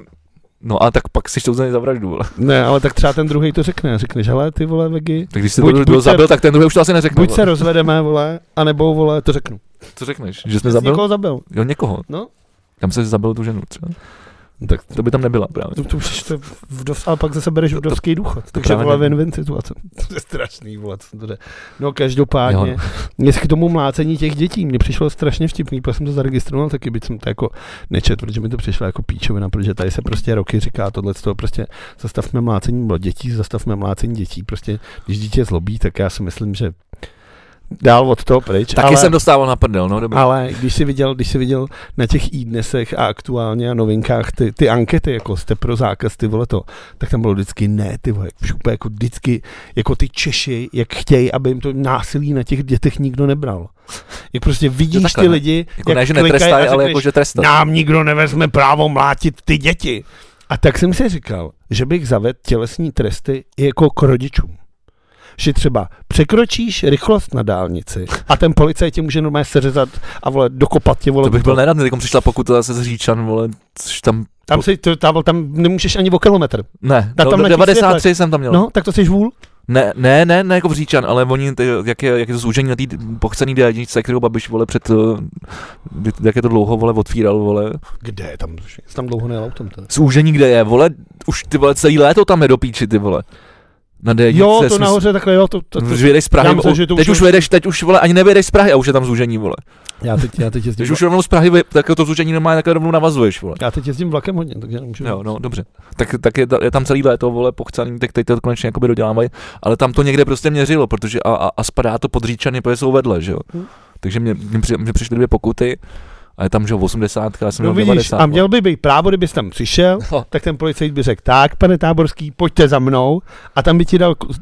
B: No a tak pak jsi to za vraždu. vole.
A: Ne, ale tak třeba ten druhý to řekne. Řekneš, hele, ty vole, Vegy,
B: Tak když jsi
A: Buď-
B: to
A: buď
B: kdo
A: se-
B: zabil, tak ten druhý už to asi neřekne.
A: buď se
B: vole.
A: rozvedeme, vole, anebo, vole, to řeknu.
B: Co řekneš? Že jsi mě
A: Jsi
B: zabil?
A: Někoho zabil.
B: Jo, někoho.
A: No.
B: Tam se zabil tu ženu třeba.
A: Tak
B: To by tam nebyla právě.
A: To, to už to vdov, ale pak zase bereš vdovský důchod. Takže
B: právě
A: vole
B: nevím.
A: win-win situace. [laughs] To je strašný, vole, co to jde. No každopádně, mě k tomu mlácení těch dětí, mně přišlo strašně vtipný, protože jsem to zaregistroval taky, byť jsem to jako nečet, protože mi to přišlo jako píčovina, protože tady se prostě roky říká tohle z toho, prostě zastavme mlácení dětí, zastavme mlácení dětí, prostě když dítě zlobí, tak já si myslím, že dál od toho pryč.
B: Taky
A: ale...
B: jsem dostával na prdel, no dobrý.
A: Ale když jsi viděl, když jsi viděl na těch e-dnesech a aktuálně a novinkách ty, ty ankety, jako jste pro zákaz, ty vole to, tak tam bylo vždycky ne, ty vole, všupe, jako vždycky, jako ty Češi, jak chtějí, aby jim to násilí na těch dětech nikdo nebral. Jak prostě vidíš
B: takhle,
A: ty
B: ne?
A: lidi,
B: Jako
A: jak
B: ne, že netrestají, ale jako, že trestat.
A: nám nikdo nevezme právo mlátit ty děti. A tak jsem si říkal, že bych zavedl tělesní tresty i jako k rodičům. Že třeba překročíš rychlost na dálnici a ten policajt tě může normálně seřezat a vole, dokopat tě, vole.
B: To bych
A: do
B: byl
A: toho.
B: nerad, kdybychom přišla pokuta zase z Říčan, vole, což tam,
A: Tam, si, to, tam, tam nemůžeš ani o kilometr.
B: ne,
A: Na
B: no, do,
A: tom
B: do
A: na těch
B: 93 jsem tam měl.
A: No, tak to jsi vůl.
B: Ne, ne, ne, ne jako v Říčan, ale oni, ty, jak, je, jak je to zúžení na té pochcený D1, kterou Babiš, vole, před, eh, kdy- jak je to dlouho, vole, otvíral, vole,
A: Kde tam? Jsi tam dlouho nejel autem. Teda.
B: zúžení kde je, vole, už ty vole, celý léto tam je do píči, ty vole. Na D1,
A: Jo, to
B: smysl-
A: nahoře takhle, jo, to, to, to,
B: Když vyjedeš z Prahy,
A: Já myslím,
B: o-
A: že to už
B: teď
A: je-
B: už vyjedeš, teď už vole, ani nevyjedeš z Prahy a už je tam zúžení, vole.
A: já, teď, já, teď jezdím,
B: Když už rovnou z Prahy, vy- tak to zúžení normálně takhle rovnou navazuješ, vole.
A: já teď jezdím vlakem hodně, tak já nemůžu.
B: Jo, no, dobře. Tak, tak je, ta- je, tam celý léto, vole, pochcaný, tak teď to konečně jakoby dodělávají, ale tam to někde prostě měřilo, protože a, a, a spadá to pod říčany, protože jsou vedle, že jo.
A: Hm.
B: Takže mě, mě, při, mě, přišly dvě pokuty, a je tam, že jo, 80, já jsem
A: No
B: měl
A: vidíš,
B: 90.
A: a měl by být právo, kdybys tam přišel,
B: No.
A: tak ten policajt by řekl, tak pane Táborský, pojďte za mnou a tam by ti dal kus-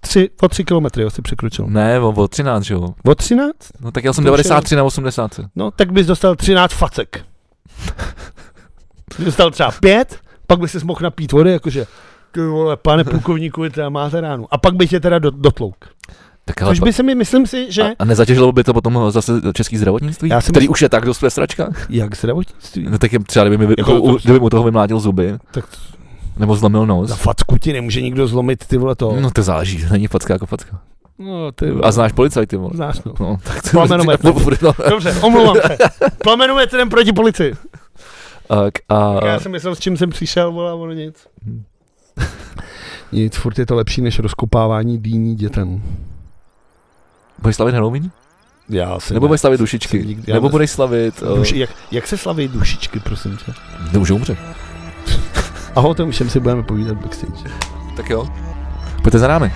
A: tři, o tři kilometry, jo, si překročil.
B: Ne, o, o 13, že jo.
A: O 13?
B: No tak já jsem
A: To už je-
B: 93 na 80.
A: No, tak bys dostal 13 facek. Bys dostal třeba pět, pak by ses mohl napít vody, jakože ty vole, pane plukovníku, vy teda máte ránu. A pak by tě teda do, dotlouk.
B: Tak
A: Což
B: pa-
A: by se mi, myslím si, že...
B: a, a nezatěžilo by to potom zase český zdravotnictví,
A: Já si
B: který
A: myslím-
B: už je tak dost ve sračkách?
A: Jak zdravotnictví?
B: No tak je třeba, kdyby mi,
A: Jako
B: jako, u,
A: to-
B: kdyby mu toho vymlátil zuby,
A: Tak
B: nebo zlomil nos.
A: za facku ti nemůže nikdo zlomit, ty vole, to.
B: No to záleží, [laughs] není facka jako facka.
A: No, ty vole.
B: A znáš policajty, vole.
A: Znáš, no.
B: No, tak to
A: Plamenomet.
B: No, no, [laughs]
A: Dobře, omlouvám se. Plamenujeme ten proti policii.
B: a, a,
A: Já jsem myslel, s čím jsem přišel, vole, a ono nic. [laughs] Nic, furt je to lepší, než rozkopávání dýní dětem.
B: budeš slavit Halloween?
A: Já si
B: Nebo
A: ne.
B: budeš slavit dušičky?
A: jsem nikdy- já
B: Nebo
A: ne-
B: budeš slavit... eh,
A: Duši, jak, jak, se slaví dušičky, prosím tě?
B: Ne, už umře.
A: A o tom všem si budeme povídat backstage.
B: Tak jo. Pojďte za námi.